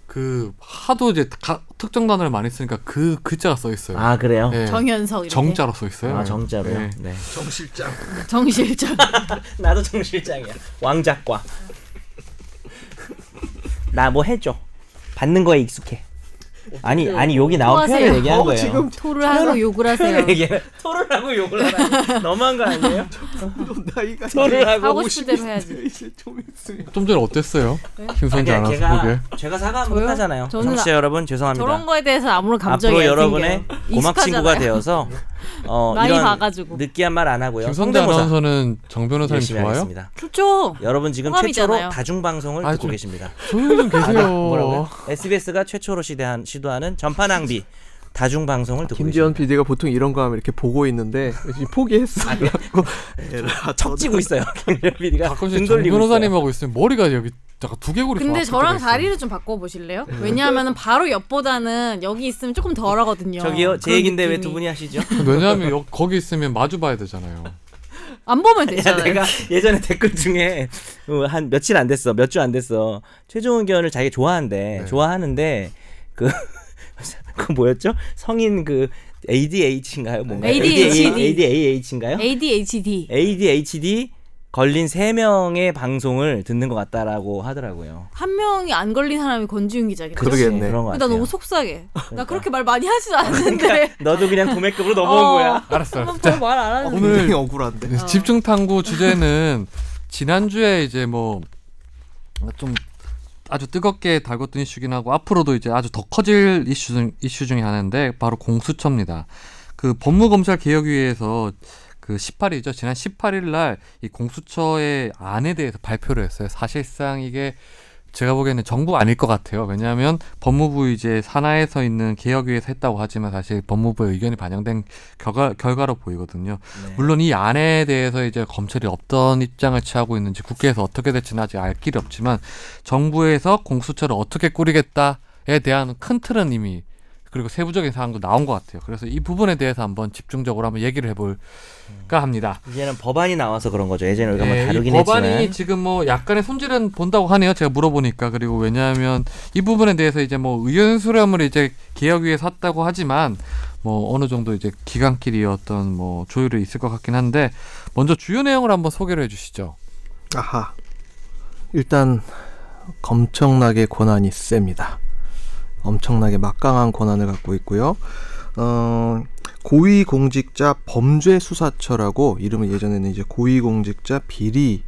그 하도 이제 가- 특정 단어를 많이 쓰니까 그 글자가 써 있어요. 아 그래요? 예. 정현석 이렇게 정자로 써 있어요. 음. 아 정자로요. 예. 네. 정실장 정실장 나도 정 실장이야. 왕작과. 나 뭐 해줘. 받는 거에 익숙해. 아니 아니 여기 나온 하세요? 표현을 얘기한 어, 거예요. 지금 토를 하고 욕을 하세요. 표현을 얘기해. 토를 하고 욕을 하라. 너무한 거 아니에요? 나이가 토를 하고. 하고 싶은 대로 해야지. 이제 좀 있으면 좀 전에 어땠어요? 네? 네? 김선재 아니야, 아나운서 보기에. 제가 제가 사과하면 저요? 끝나잖아요. 저는 정씨 여러분 죄송합니다. 저런 거에 대해서 아무런 감정이 앞으로 안 여러분의 생겨요. 고막 친구가 익숙하잖아요. 되어서 어, 많이 이런 봐가지고. 느끼한 말 안 하고요. 김선재 성대모사 아나운서는 정 변호사님 열심히 좋아요? 하겠습니다. 좋죠. 여러분 지금 호감이잖아요. 최초로 다중 방송을 아, 듣고 좀- 계십니다. 조용히 좀 아, 계세요. 네. 뭐라고요? SBS가 최초로 시대한, 시도하는 전파 낭비 다중 방송을 듣고 김지현 계십니다. PD가 보통 이런 거 하면 이렇게 보고 있는데 이제 포기했어 라고 에라, 척지고 아, 있어요. 김지현 PD가 가끔씩 정 변호사님하고 있으면 머리가 여기 약간 두개골이 근데 저랑 리 자리를 좀 바꿔보실래요? 왜냐하면 바로 옆보다는 여기 있으면 조금 덜하거든요. 뭐 저기요 제 그런 얘긴데 왜 느낌이. 두 분이 하시죠? 아, 왜냐하면 여- 거기 있으면 마주 봐야 되잖아요. 안 보면 야, 되잖아요. 그 내가 예전에 댓글 중에 어, 한 며칠 안 됐어, 몇 주 안 됐어. 최종 의견을 자기 가 좋아한대, 네. 좋아하는데 그. 그 뭐였죠? 성인 그 ADH인가요? 뭔가 네. ADHD. ADHD인가요? ADHD. ADHD 걸린 세 명의 방송을 듣는 것 같다라고 하더라고요. 한 명이 안 걸린 사람이 권지윤 기자겠죠. 그러게. 그러겠네. 그런 것 나 같아요. 그러니까. 너무 속상해. 나 그렇게 말 많이 하지도 않는데. 너도 그냥 도매급으로 넘어온 네. 어. 거야. 알았어요. 별말안 하는데. 오늘- 오늘 억울한데 네, 집중 탐구 주제는 지난주에 이제 뭐 좀 아주 뜨겁게 달궜던 이슈긴 하고 앞으로도 이제 아주 더 커질 이슈 중 이슈 중에 하나인데 바로 공수처입니다. 그 법무검찰 개혁위에서 그 18일이죠. 지난 18일 날 이 공수처의 안에 대해서 발표를 했어요. 사실상 이게 제가 보기에는 정부 아닐 것 같아요. 왜냐하면 법무부 이제 산하에서 있는 개혁위에서 했다고 하지만 사실 법무부의 의견이 반영된 결과, 결과로 보이거든요. 물론 이 안에 대해서 이제 검찰이 어떤 입장을 취하고 있는지 국회에서 어떻게 될지는 아직 알 길이 없지만 정부에서 공수처를 어떻게 꾸리겠다에 대한 큰 틀은 이미 그리고 세부적인 사항도 나온 것 같아요. 그래서 이 부분에 대해서 한번 집중적으로 한번 얘기를 해볼까 합니다. 이제는 법안이 나와서 그런 거죠. 예전에 우리가 예, 뭐 이 다루긴 법안이 했지만 지금 뭐 약간의 손질은 본다고 하네요. 제가 물어보니까 그리고 왜냐하면 이 부분에 대해서 이제 뭐 의원 수렴을 이제 개혁위에 샀다고 하지만 뭐 어느 정도 이제 기간끼리 어떤 뭐 조율이 있을 것 같긴 한데 먼저 주요 내용을 한번 소개를 해주시죠. 아하. 일단 엄청나게 권한이 셉니다. 엄청나게 막강한 권한을 갖고 있고요. 어, 고위공직자 범죄수사처라고 이름을 예전에는 이제 고위공직자 비리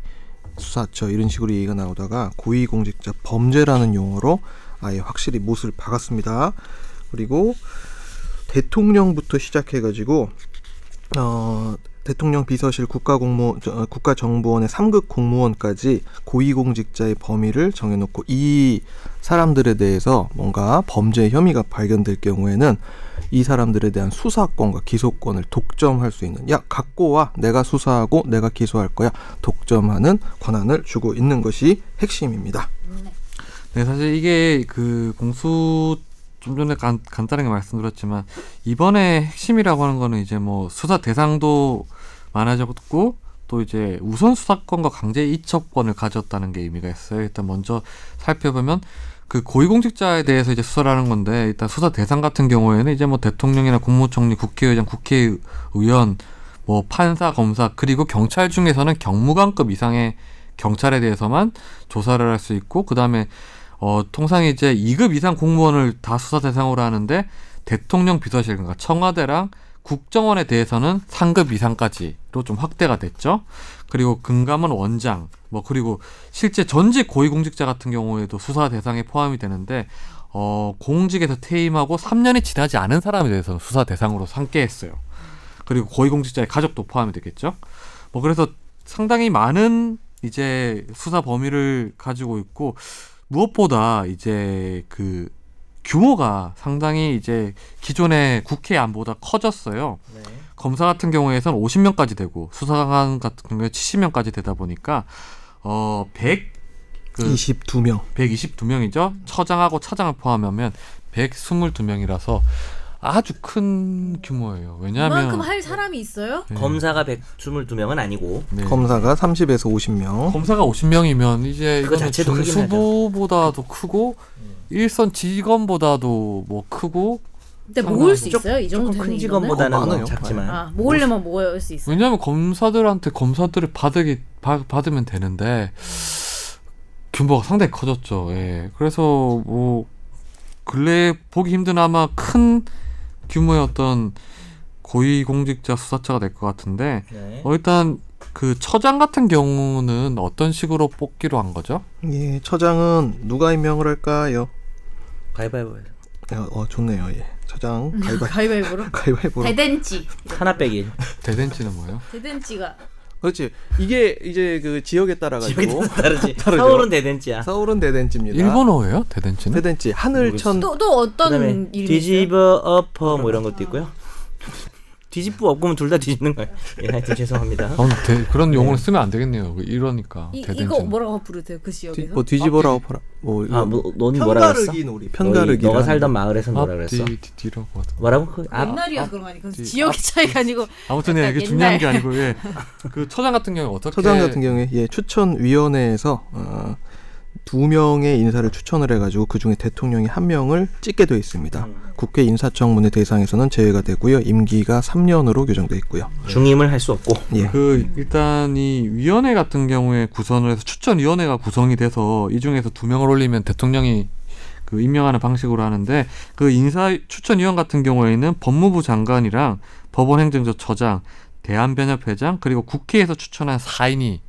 수사처 이런 식으로 얘기가 나오다가 고위공직자 범죄라는 용어로 아예 확실히 못을 박았습니다. 그리고 대통령부터 시작해가지고 어, 대통령 비서실 국가공무 저, 국가정보원의 3급 공무원까지 고위공직자의 범위를 정해놓고 이 사람들에 대해서 뭔가 범죄 혐의가 발견될 경우에는 이 사람들에 대한 수사권과 기소권을 독점할 수 있는 야 갖고 와 내가 수사하고 내가 기소할 거야 독점하는 권한을 주고 있는 것이 핵심입니다. 네, 사실 이게 그 공수 좀 전에 간, 간단하게 말씀드렸지만 이번에 핵심이라고 하는 거는 이제 뭐 수사 대상도 많아졌고 또 이제 우선 수사권과 강제 이첩권을 가졌다는 게 의미가 있어요. 일단 먼저 살펴보면 그 고위공직자에 대해서 이제 수사를 하는 건데 일단 수사 대상 같은 경우에는 이제 뭐 대통령이나 국무총리, 국회의장, 국회의원, 뭐 판사, 검사 그리고 경찰 중에서는 경무관급 이상의 경찰에 대해서만 조사를 할 수 있고 그다음에 어 통상 이제 2급 이상 공무원을 다 수사 대상으로 하는데 대통령 비서실 그러니까 청와대랑 국정원에 대해서는 상급 이상까지로 좀 확대가 됐죠. 그리고 금감원 원장 뭐 그리고 실제 전직 고위공직자 같은 경우에도 수사 대상에 포함이 되는데 어 공직에서 퇴임하고 3년이 지나지 않은 사람에 대해서는 수사 대상으로 상계했어요. 그리고 고위공직자의 가족도 포함이 되겠죠. 뭐 그래서 상당히 많은 이제 수사 범위를 가지고 있고 무엇보다 이제 그 규모가 상당히 이제 기존의 국회 안보다 커졌어요. 검사 같은 경우에선 50명까지 되고 수사관 같은 경우에 70명까지 되다 보니까 어 100, 그 22명. 122명이죠. 처장하고 차장을 포함하면 122명이라서 아주 큰 규모예요. 왜냐하면 그만큼 할 사람이 있어요? 네. 검사가 122명은 아니고 네. 어? 검사가 30에서 50명. 검사가 50명이면 이제 그거 이거는 자체도 크긴 중수부보다도 크고 일선 직원보다도 뭐 크고 근데 모을 수 상관없죠. 있어요? 이 정도 조금 큰 되는 인원은? 직원보다는 어, 뭐 많아요. 작지만 아, 모으려면 모을 수 있어요. 왜냐하면 검사들한테 검사들을 받으기 받- 받으면 되는데 규모가 상당히 커졌죠. 예. 그래서 뭐 근래 보기 힘든 아마 큰 규모의 어떤 고위공직자 수사처가 될 것 같은데 네. 어, 일단 그 처장 같은 경우는 어떤 식으로 뽑기로 한 거죠? 예, 처장은 누가 임명을 할까요? 가위바위보 해서. 어, 어 좋네요. 예. 처장 음, 가위바위보. 가위바위보로? 가위바위보. 대댄찌. 하나 빼기 대댄치는 뭐예요? 대댄찌가 그렇지. 이게 이제 그 지역에 따라 지역이 가지고 다르지 다르죠. 서울은 대댄지야 서울은 대댄지입니다. 일본어예요? 대댄치는? 대댄지 하늘천 또 또 그다음에 어떤 이름이 있어요? 뒤집어 엎어 뭐 이런 것도 있고요 뒤집고 엎으면 둘 다 뒤집는 거예요 예 하여튼 죄송합니다 아, 대, 그런 용어를 쓰면 안 되겠네요. 이러니까 이, 대댄지. 이거 뭐라고 부르세요? 그 뒤- 지역에서? 뭐 뒤집어라 엎어라 뭐 이거 아뭐넌 뭐라 그랬어 편가르기 놀이 너희, 편가르기 너가 살던 마을에서 뭐라 그랬어 앞뒤 뒤라고 하던. 뭐라고 그- 아, 옛날이야 아, 그런 거 아니고 뒤- 지역의 차이가 아니고 아무튼 예, 약간 이게 옛날. 중요한 게 아니고 예. 그 처장 같은 경우 어떻게 처장 같은 경우에 예 추천 위원회에서 어, 두 명의 인사를 추천을 해가지고 그 중에 대통령이 한 명을 찍게 되어 있습니다. 국회 인사청문회 대상에서는 제외가 되고요. 임기가 3년으로 규정돼 있고요. 중임을 할 수 없고 예. 그 일단 이 위원회 같은 경우에 구성을 해서 추천 위원회가 구성이 돼서 이 중에서 두 명을 올리면 대통령이 그 임명하는 방식으로 하는데 그 인사 추천 위원 같은 경우에는 법무부 장관이랑 법원행정처처장, 대한변협회장 그리고 국회에서 추천한 사인이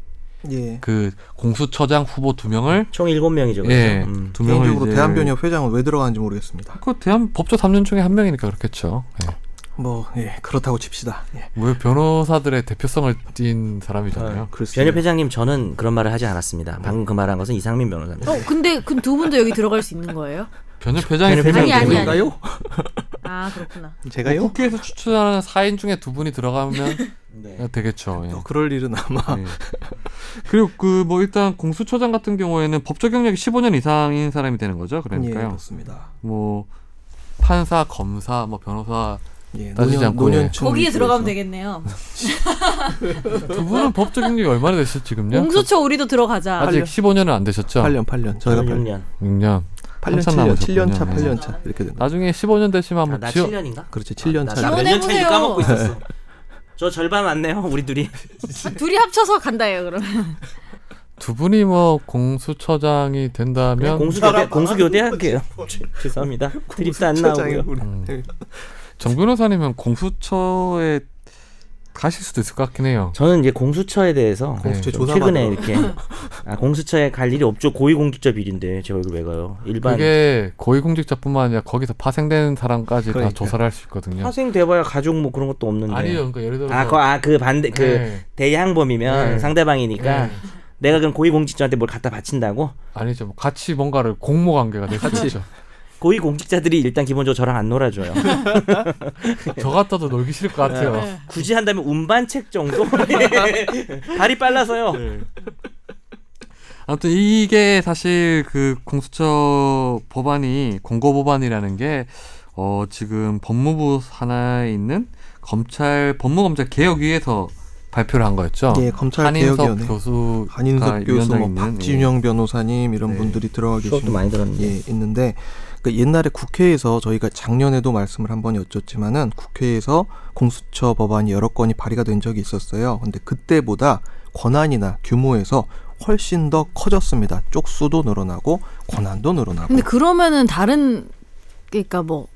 예. 그 공수처장 후보 두 명을 총 7명이죠. 그렇죠? 예, 음. 두 명을 개인적으로 이제- 대한변협 회장은 왜 들어가는지 모르겠습니다. 그 대한 법조 3년 중에 한 명이니까 그렇겠죠. 예. 뭐 예, 그렇다고 칩시다. 예. 왜 변호사들의 대표성을 띈 사람이잖아요. 글쎄요. 변협 회장님 저는 그런 말을 하지 않았습니다. 방금 그 말한 것은 이상민 변호사입니다. 어, 근데 그 두 분도 여기 들어갈 수 있는 거예요? 변협 회장이 변협 세 회장이 명이 아니, 아니, 되는 아니. 제가요? 아, 그렇구나. 제가요? 국회에서 추천하는 4인 중에 두 분이 들어가면 네. 되겠죠. 예. 어, 그럴 일은 아마 예. 그리고 그 뭐 일단 공수처장 같은 경우에는 법 적용력이 15년 이상인 사람이 되는 거죠. 예, 그러니까요. 그렇습니다. 뭐 판사, 검사, 뭐 변호사 예, 따지지 노년, 않고, 예. 노년층 거기에 들어가면 위주에서. 아, 되겠네요. 두 분은 법 적용력이 얼마나 됐어요 지금요? 공수처 우리도 들어가자. 아직 15년은 안 되셨죠? 8년, 8년. 저희가 8년, 6년. 6년. 8년 8년 7년, 남으셨군요. 7년 차, 네. 8년 차 이렇게 되는. 거. 나중에 15년 되시면 아, 한번 나 지원 7년인가? 아, 그렇지, 7년 차. 나- 몇년 차인지 지원해보세요. 까먹고 있었어. 저 절반 왔네요, 우리 둘이. 네. 둘이 합쳐서 간다예요, 그러면. 두 분이 뭐 공수처장이 된다면 공수교대, 공수교대 할게요. 죄송합니다. 드립도 안 공수처장이 나오고요. 우리- 음. 예. 정 변호사님은 공수처에 가실 수도 있을 것 같긴 해요. 저는 이제 공수처에 대해서 예. 공수처 좀 조사 최근에 받으러. 이렇게 아, 공수처에 갈 일이 없죠. 고위공직자 비리인데 제가 이걸 왜 가요? 일반 그게 고위공직자뿐만 아니라 거기서 파생된 사람까지 그러니까요. 다 조사를 할 수 있거든요. 파생돼봐야 가족 뭐 그런 것도 없는데. 아니요, 그러니까 예를 들어서 아, 그, 아, 그 반대 그 그러니까. 네. 대항범이면 네. 상대방이니까 네. 내가 그럼 고위공직자한테 뭘 갖다 바친다고? 아니죠. 뭐 같이 뭔가를 공모 관계가 될수 같이. 있죠. 고위공직자들이 일단 기본적으로 저랑 안 놀아줘요. 저 같아도 놀기 싫을 것 네. 같아요. 굳이 한다면 운반책 정도? 발이 빨라서요. 아무튼 이게 사실 그 공수처 법안이 공고 법안이라는 게 어, 지금 법무부 산하에 있는 검찰 법무검찰 개혁위에서 발표를 한 거였죠. 예, 검찰 한인석 개혁위원회. 교수, 아, 한인석 교수, 뭐 예. 박진영 변호사님 이런 네. 분들이 들어가 추억도 계신 예. 많이 들었는데. 예, 있는데 그 옛날에 국회에서 저희가 작년에도 말씀을 한 번 여쭸지만은 국회에서 공수처 법안이 여러 건이 발의가 된 적이 있었어요. 근데 그때보다 권한이나 규모에서 훨씬 더 커졌습니다. 쪽수도 늘어나고 권한도 늘어나고. 근데 그러면은 다른 그러니까 뭐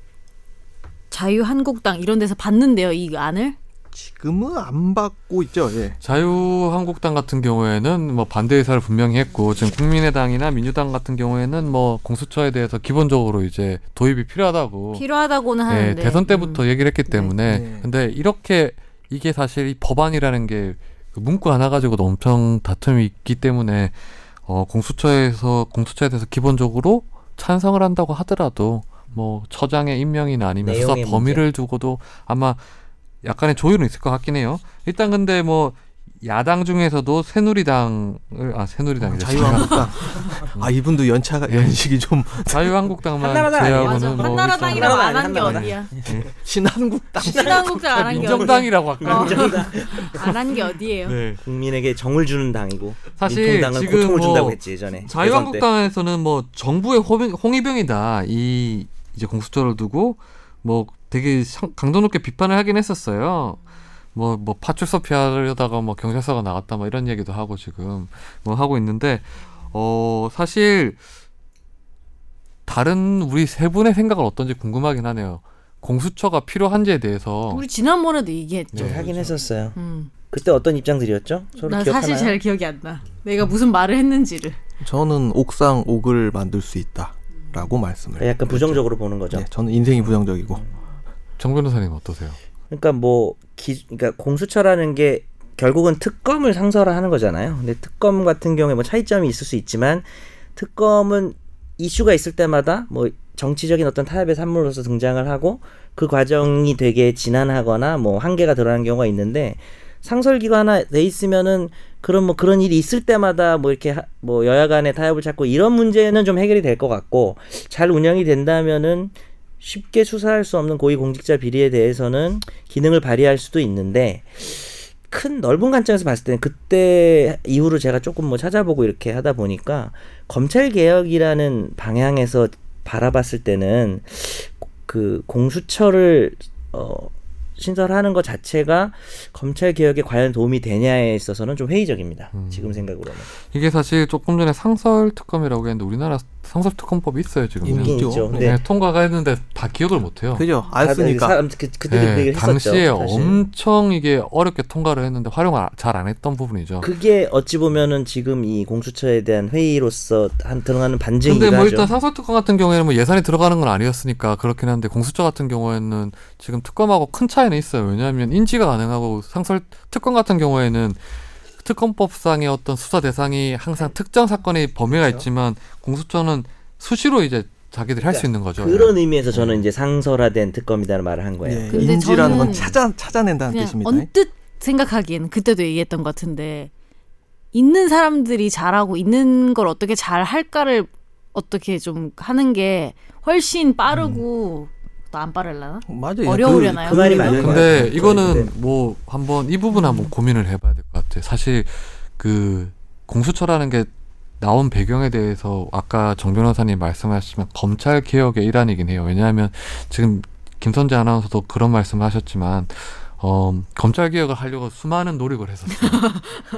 자유한국당 이런 데서 봤는데요, 이 안을? 지금은 안 받고 있죠. 예. 자유한국당 같은 경우에는 뭐 반대 의사를 분명히 했고 지금 국민의당이나 민주당 같은 경우에는 뭐 공수처에 대해서 기본적으로 이제 도입이 필요하다고 필요하다고는 예, 하는데. 대선 때부터 얘기를 했기 때문에 네. 근데 이렇게 이게 사실 이 법안이라는 게그 문구 하나 가지고도 엄청 다툼이 있기 때문에 어, 공수처에서 공수처에 대해서 기본적으로 찬성을 한다고 하더라도 뭐 처장의 임명이나 아니면 수사 내용의 범위를 두고도 아마 약간의 조율은 있을 것 같긴 해요. 일단 근데 뭐 야당 중에서도 새누리당을 아 새누리당이죠. 자유한국당. 아 이분도 연차가 예. 연식이 좀 자유한국당만 한나라당 아니에요? 제외하고는 맞아. 뭐 한나라당이라고 일상- 안 한 게 한나라당. 음. 어디야? 신한국당. 신한국당 안 한 게 아, 어디야? 민정당이라고 할까요? 안 한 게 어디예요? 네. 국민에게 정을 주는 당이고 사실 민통당은 지금 고통을 뭐 준다고 했지 예전에 자유한국당에서는 뭐 정부의 호병- 홍위병이다 이 이제 공수처를 두고 뭐 되게 상- 강도 높게 비판을 하긴 했었어요. 뭐 뭐 파출소 피하려다가 뭐 경찰서가 나갔다 뭐 이런 얘기도 하고 지금 뭐 하고 있는데 어 사실 다른 우리 세 분의 생각은 어떤지 궁금하긴 하네요. 공수처가 필요한지에 대해서 우리 지난번에도 얘기했죠. 어. 네. 하긴 했었어요 음. 그때 어떤 입장들이었죠? 서로 나 기억하나요? 사실 잘 기억이 안 나. 내가 무슨 말을 했는지를. 저는 옥상 옥을 만들 수 있다라고 말씀을. 약간 부정적으로 보는 거죠 네, 저는 인생이 부정적이고. 음. 정 변호사님 어떠세요? 그러니까 뭐 기, 그러니까 공수처라는 게 결국은 특검을 상설화하는 거잖아요. 근데 특검 같은 경우에 뭐 차이점이 있을 수 있지만 특검은 이슈가 있을 때마다 뭐 정치적인 어떤 타협의 산물로서 등장을 하고 그 과정이 되게 진한하거나 뭐 한계가 드러나는 경우가 있는데 상설기가 하나 돼 있으면은 그런 뭐 그런 일이 있을 때마다 뭐 이렇게 하- 뭐 여야 간의 타협을 찾고 이런 문제는 좀 해결이 될 것 같고 잘 운영이 된다면은 쉽게 수사할 수 없는 고위공직자 비리에 대해서는 기능을 발휘할 수도 있는데 큰 넓은 관점에서 봤을 때는 그때 이후로 제가 조금 뭐 찾아보고 이렇게 하다 보니까 검찰 개혁이라는 방향에서 바라봤을 때는 그 공수처를 어 신설하는 것 자체가 검찰 개혁에 과연 도움이 되냐에 있어서는 좀 회의적입니다. 음. 지금 생각으로는 이게 사실 조금 전에 상설 특검이라고 했는데 우리나라 상설 특검법이 있어요 지금. 이미 있긴 있죠. 있죠. 네. 네. 통과가 했는데 다 기억을 못 해요. 네, 그죠? 안 다들 쓰니까. 사람- 그, 그때도 그 얘기를 했었죠. 당시에 사실. 엄청 이게 어렵게 통과를 했는데 활용 잘 안 했던 부분이죠. 그게 어찌 보면은 지금 이 공수처에 대한 회의로서 한 들어가는 반증이기도 근데 뭐 하죠. 일단 상설 특검 같은 경우에는 뭐 예산이 들어가는 건 아니었으니까 그렇긴 한데 공수처 같은 경우에는 지금 특검하고 큰 차이는 있어요. 왜냐하면 인지가 가능하고 상설 특검 같은 경우에는 특검법상의 어떤 수사 대상이 항상 특정 사건의 범위가 그렇죠. 있지만 공수처는 수시로 이제 자기들이 할 수 있는 거죠. 그러니까 그런 의미에서 저는 이제 상설화된 특검이라는 말을 한 거예요. 네. 예, 근데 인지라는 건 저는 찾아 찾아낸다는 그냥 뜻입니다. 언뜻 생각하기엔 그때도 얘기했던 것 같은데 있는 사람들이 잘하고 있는 걸 어떻게 잘 할까를 어떻게 좀 하는 게 훨씬 빠르고 음. 또 안 빠르려나? 맞아요. 어려우려나요? 그 말이 맞는 거예요. 네, 근데 저희, 이거는 네. 뭐 한번 이 부분 한번 고민을 해봐야 될 것 같아요. 사실 그 공수처라는 게 나온 배경에 대해서 아까 정 변호사님 말씀하셨지만 검찰 개혁의 일환이긴 해요. 왜냐하면 지금 김선재 아나운서도 그런 말씀을 하셨지만 어, 검찰 개혁을 하려고 수많은 노력을 했었어요.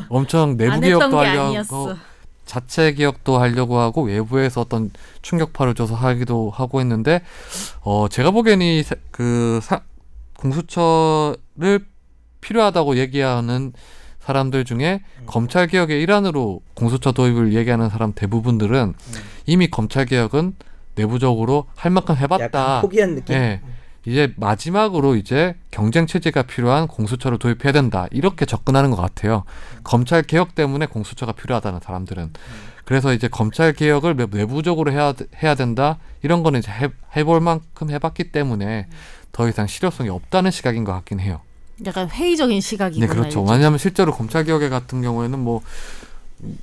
엄청 내부 안 했던 개혁도 게 하려고 아니었어. 자체 개혁도 하려고 하고 외부에서 어떤 충격파를 줘서 하기도 하고 했는데 어 제가 보기에는 이 세- 그 사, 공수처를 필요하다고 얘기하는 사람들 중에 검찰 개혁의 일환으로 공수처 도입을 얘기하는 사람 대부분들은 이미 검찰 개혁은 내부적으로 할 만큼 약간 해봤다. 포기한 느낌. 예. 이제 마지막으로 이제 경쟁 체제가 필요한 공수처를 도입해야 된다 이렇게 접근하는 것 같아요. 검찰 개혁 때문에 공수처가 필요하다는 사람들은 그래서 이제 검찰 개혁을 내- 내부적으로 해야 해야 된다 이런 거는 이제 해, 해볼 만큼 해봤기 때문에 더 이상 실효성이 없다는 시각인 것 같긴 해요. 약간 회의적인 시각이구나. 네 그렇죠. 이게. 왜냐하면 실제로 검찰 개혁 같은 경우에는 뭐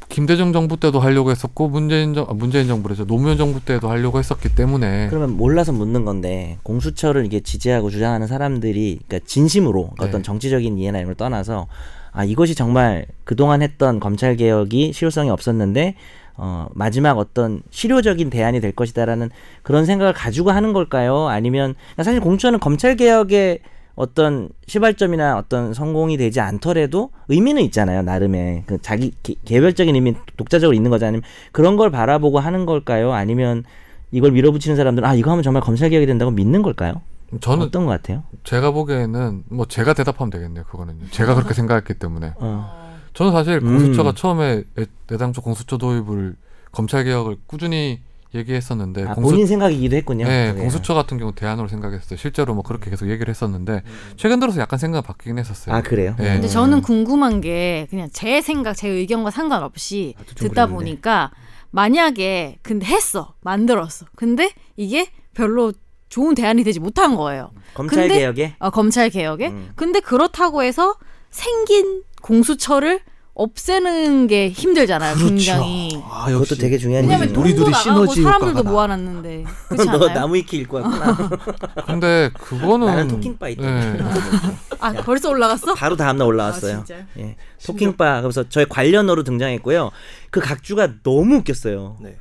김대중 정부 때도 하려고 했었고 문재인 정 아, 문재인 정부래죠 노무현 정부 때도 하려고 했었기 때문에 그러면 몰라서 묻는 건데 공수처를 이게 지지하고 주장하는 사람들이 그러니까 진심으로 네. 어떤 정치적인 이해나 이런 걸 떠나서 아 이것이 정말 그동안 했던 검찰 개혁이 실효성이 없었는데 어 마지막 어떤 실효적인 대안이 될 것이다라는 그런 생각을 가지고 하는 걸까요? 아니면 그러니까 사실 공수처는 검찰 개혁의 어떤 시발점이나 어떤 성공이 되지 않더라도 의미는 있잖아요 나름의 그 자기 개- 개별적인 의미 독자적으로 있는 거지 아니면 그런 걸 바라보고 하는 걸까요 아니면 이걸 밀어붙이는 사람들은 아 이거 하면 정말 검찰 개혁이 된다고 믿는 걸까요? 저는 어떤 것 같아요? 제가 보기에는 뭐 제가 대답하면 되겠네요. 그거는요. 제가 그렇게 생각했기 때문에 어. 저는 사실 음. 공수처가 처음에 애- 애당초 공수처 도입을 검찰 개혁을 꾸준히 얘기했었는데 아, 네, 공수 본인 생각이기도 했군요. 네, 그게. 음. 공수처 같은 경우 대안으로 생각했어요. 실제로 뭐 그렇게 계속 얘기를 했었는데 최근 들어서 약간 생각이 바뀌긴 했었어요. 아 그래요? 네. 근데 저는 궁금한 게 그냥 제 생각, 제 의견과 상관없이 듣다 그러네. 보니까 만약에 근데 했어, 만들었어. 근데 이게 별로 좋은 대안이 되지 못한 거예요. 검찰 근데- 개혁에 어, 검찰 개혁에. 음. 근데 그렇다고 해서 생긴 공수처를 없애는 게 힘들잖아요. 굉장히. 그, 그렇죠. 아, 그것도 역시. 되게 중요한 그렇죠. 왜냐면 얘기예요. 우리 돈도 둘이 나가고 시너지 사람들도 효과가 모아놨는데 그렇지 너 않아요? 나무위키 읽고 왔구나. 근데 나는 그거는 토킹바 있다. 네. 아 벌써 올라갔어? 바로 다음날 올라왔어요. 아, 진짜요? 예. 토킹바 그래서 저의 관련어로 등장했고요. 그 각주가 너무 웃겼어요. 네.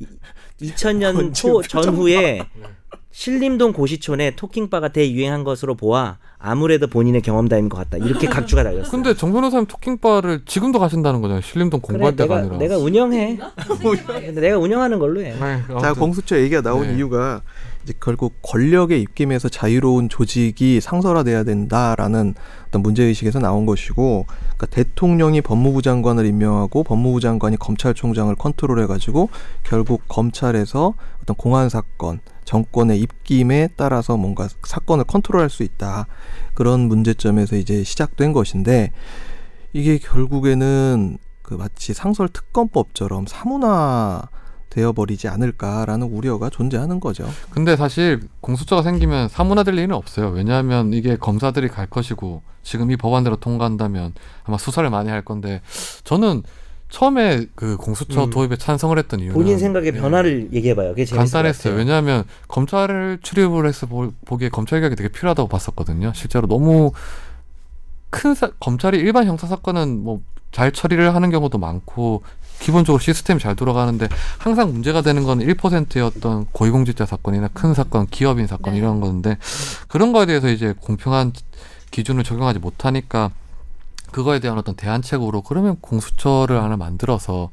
2000년 초 전후에 신림동 고시촌에 토킹바가 대유행한 것으로 보아 아무래도 본인의 경험담인 것 같다. 이렇게 각주가 달렸어요. 근데 정 변호사님 토킹바를 지금도 가신다는 거잖아요. 신림동 공부할 때가 내가 아니라. 내가 운영해. 근데 내가 운영하는 걸로 해. 네, 자 아무튼. 공수처 얘기가 나온 네. 이유가 이제 결국 권력의 입김에서 자유로운 조직이 상설화돼야 된다라는 어떤 문제 의식에서 나온 것이고 그러니까 대통령이 법무부 장관을 임명하고 법무부 장관이 검찰총장을 컨트롤해 가지고 결국 검찰에서 어떤 공안 사건 정권의 입김에 따라서 뭔가 사건을 컨트롤할 수 있다 그런 문제점에서 이제 시작된 것인데 이게 결국에는 그 마치 상설 특검법처럼 사문화 되어버리지 않을까라는 우려가 존재하는 거죠. 근데 사실 공수처가 생기면 사문화될 일은 없어요. 왜냐하면 이게 검사들이 갈 것이고 지금 이 법안대로 통과한다면 아마 수사를 많이 할 건데 저는 처음에 그 공수처 음. 도입에 찬성을 했던 이유는 예, 본인 생각의 변화를 얘기해봐요. 그게 재밌을 간단했어요. 것 같아요. 왜냐하면 검찰을 출입을 해서 보- 보기에 검찰 개혁이 되게 필요하다고 봤었거든요. 실제로 너무 큰 사- 검찰이 일반 형사 사건은 뭐 잘 처리를 하는 경우도 많고 기본적으로 시스템이 잘 돌아가는데 항상 문제가 되는 건 1%였던 고위공직자 사건이나 큰 사건, 기업인 사건 네. 이런 건데 그런 거에 대해서 이제 공평한 기준을 적용하지 못하니까 그거에 대한 어떤 대안책으로 그러면 공수처를 하나 만들어서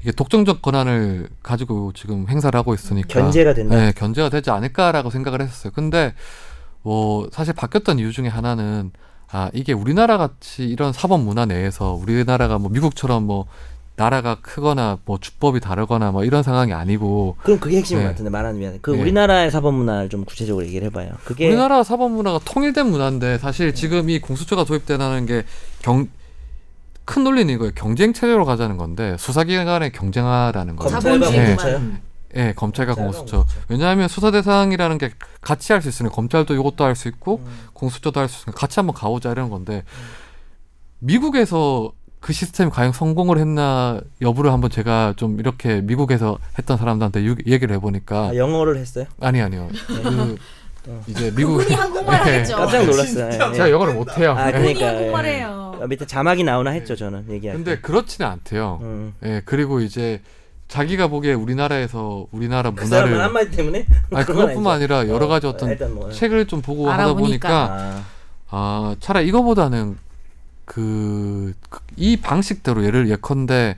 이게 독점적 권한을 가지고 지금 행사를 하고 있으니까 견제가 된다. 네, 견제가 되지 않을까라고 생각을 했었어요. 근데 뭐 사실 바뀌었던 이유 중에 하나는 아 이게 우리나라 같이 이런 사법 문화 내에서 우리나라가 뭐 미국처럼 뭐 나라가 크거나 뭐 주법이 다르거나 뭐 이런 상황이 아니고 그럼 그게 핵심인 네. 것 같은데 말하는 미안해. 그 네. 우리나라의 사법 문화를 좀 구체적으로 얘기를 해봐요. 그게 우리나라 사법 문화가 통일된 문화인데 사실 지금 이 공수처가 도입된다는 게 경 큰 논리는 이거예요. 경쟁 체제로 가자는 건데 수사기관의 경쟁하라는 거예요. 검찰과 네. 공수처요. 예, 검찰과 검찰과 공수처. 왜냐하면 수사 대상이라는 게 같이 할 수 있으니 검찰도 이것도 할 수 있고 공수처도 할 수 있으니 같이 한번 가보자 이런 건데 미국에서 그 시스템이 과연 성공을 했나 여부를 한번 제가 좀 이렇게 미국에서 했던 사람들한테 유- 얘기를 해보니까 아, 네. 영어를 했어요. 아니 아니요 그 이제 미국 그분이 한국말 예. 하겠죠. 깜짝 놀랐어요. 예, 예. 제가 영어를 못해요. 아 예. 그분이 그러니까 한국말 예. 해요. 아, 밑에 자막이 나오나 했죠 저는 얘기할 때. 근데 그렇지는 않대요. 음. 예 그리고 이제 자기가 보기에 우리나라에서 우리나라 그 사람 문화를 한마디 때문에 아니 그건 아니죠. 그것뿐만 아니라 여러 가지 어, 어떤 일단 뭐, 예. 책을 좀 보고 하다 알아보니까. 보니까 아, 아, 차라리 이거보다는 그, 그- 이 방식대로 예를 예컨대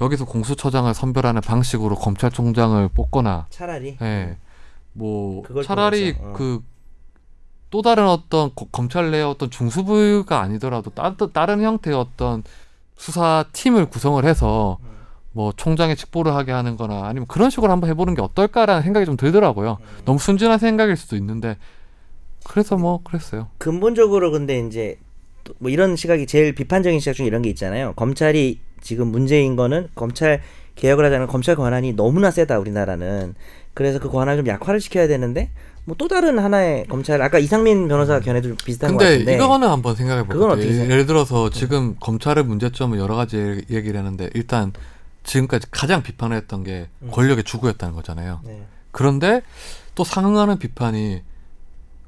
여기서 공수처장을 선별하는 방식으로 검찰총장을 뽑거나, 차라리 예, 뭐, 그걸 차라리 통해서, 어. 그, 또 다른 어떤 고- 검찰 내 어떤 중수부가 아니더라도 따, 또 다른 형태의 어떤 수사팀을 구성을 해서 음. 뭐 총장의 직보를 하게 하는 거나 아니면 그런 식으로 한번 해보는 게 어떨까라는 생각이 좀 들더라고요. 음. 너무 순진한 생각일 수도 있는데 그래서 뭐 그랬어요. 근본적으로 근데 이제 또뭐 이런 시각이 제일 비판적인 시각 중에 이런 게 있잖아요. 검찰이 지금 문제인 거는 검찰 개혁을 하자면 검찰 권한이 너무나 세다 우리나라는. 그래서 그 권한을 좀 약화를 시켜야 되는데 뭐 또 다른 하나의 검찰 아까 이상민 변호사 견해도 좀 비슷한 것 근데 같은데 이거는 한번 생각해 볼게요. 그건 어떻게 생각- 네. 예를 들어서 지금 검찰의 문제점을 여러 가지 얘기- 얘기를 하는데 일단 지금까지 가장 비판을 했던 게 음. 권력의 주구였다는 거잖아요. 네. 그런데 또 상응하는 비판이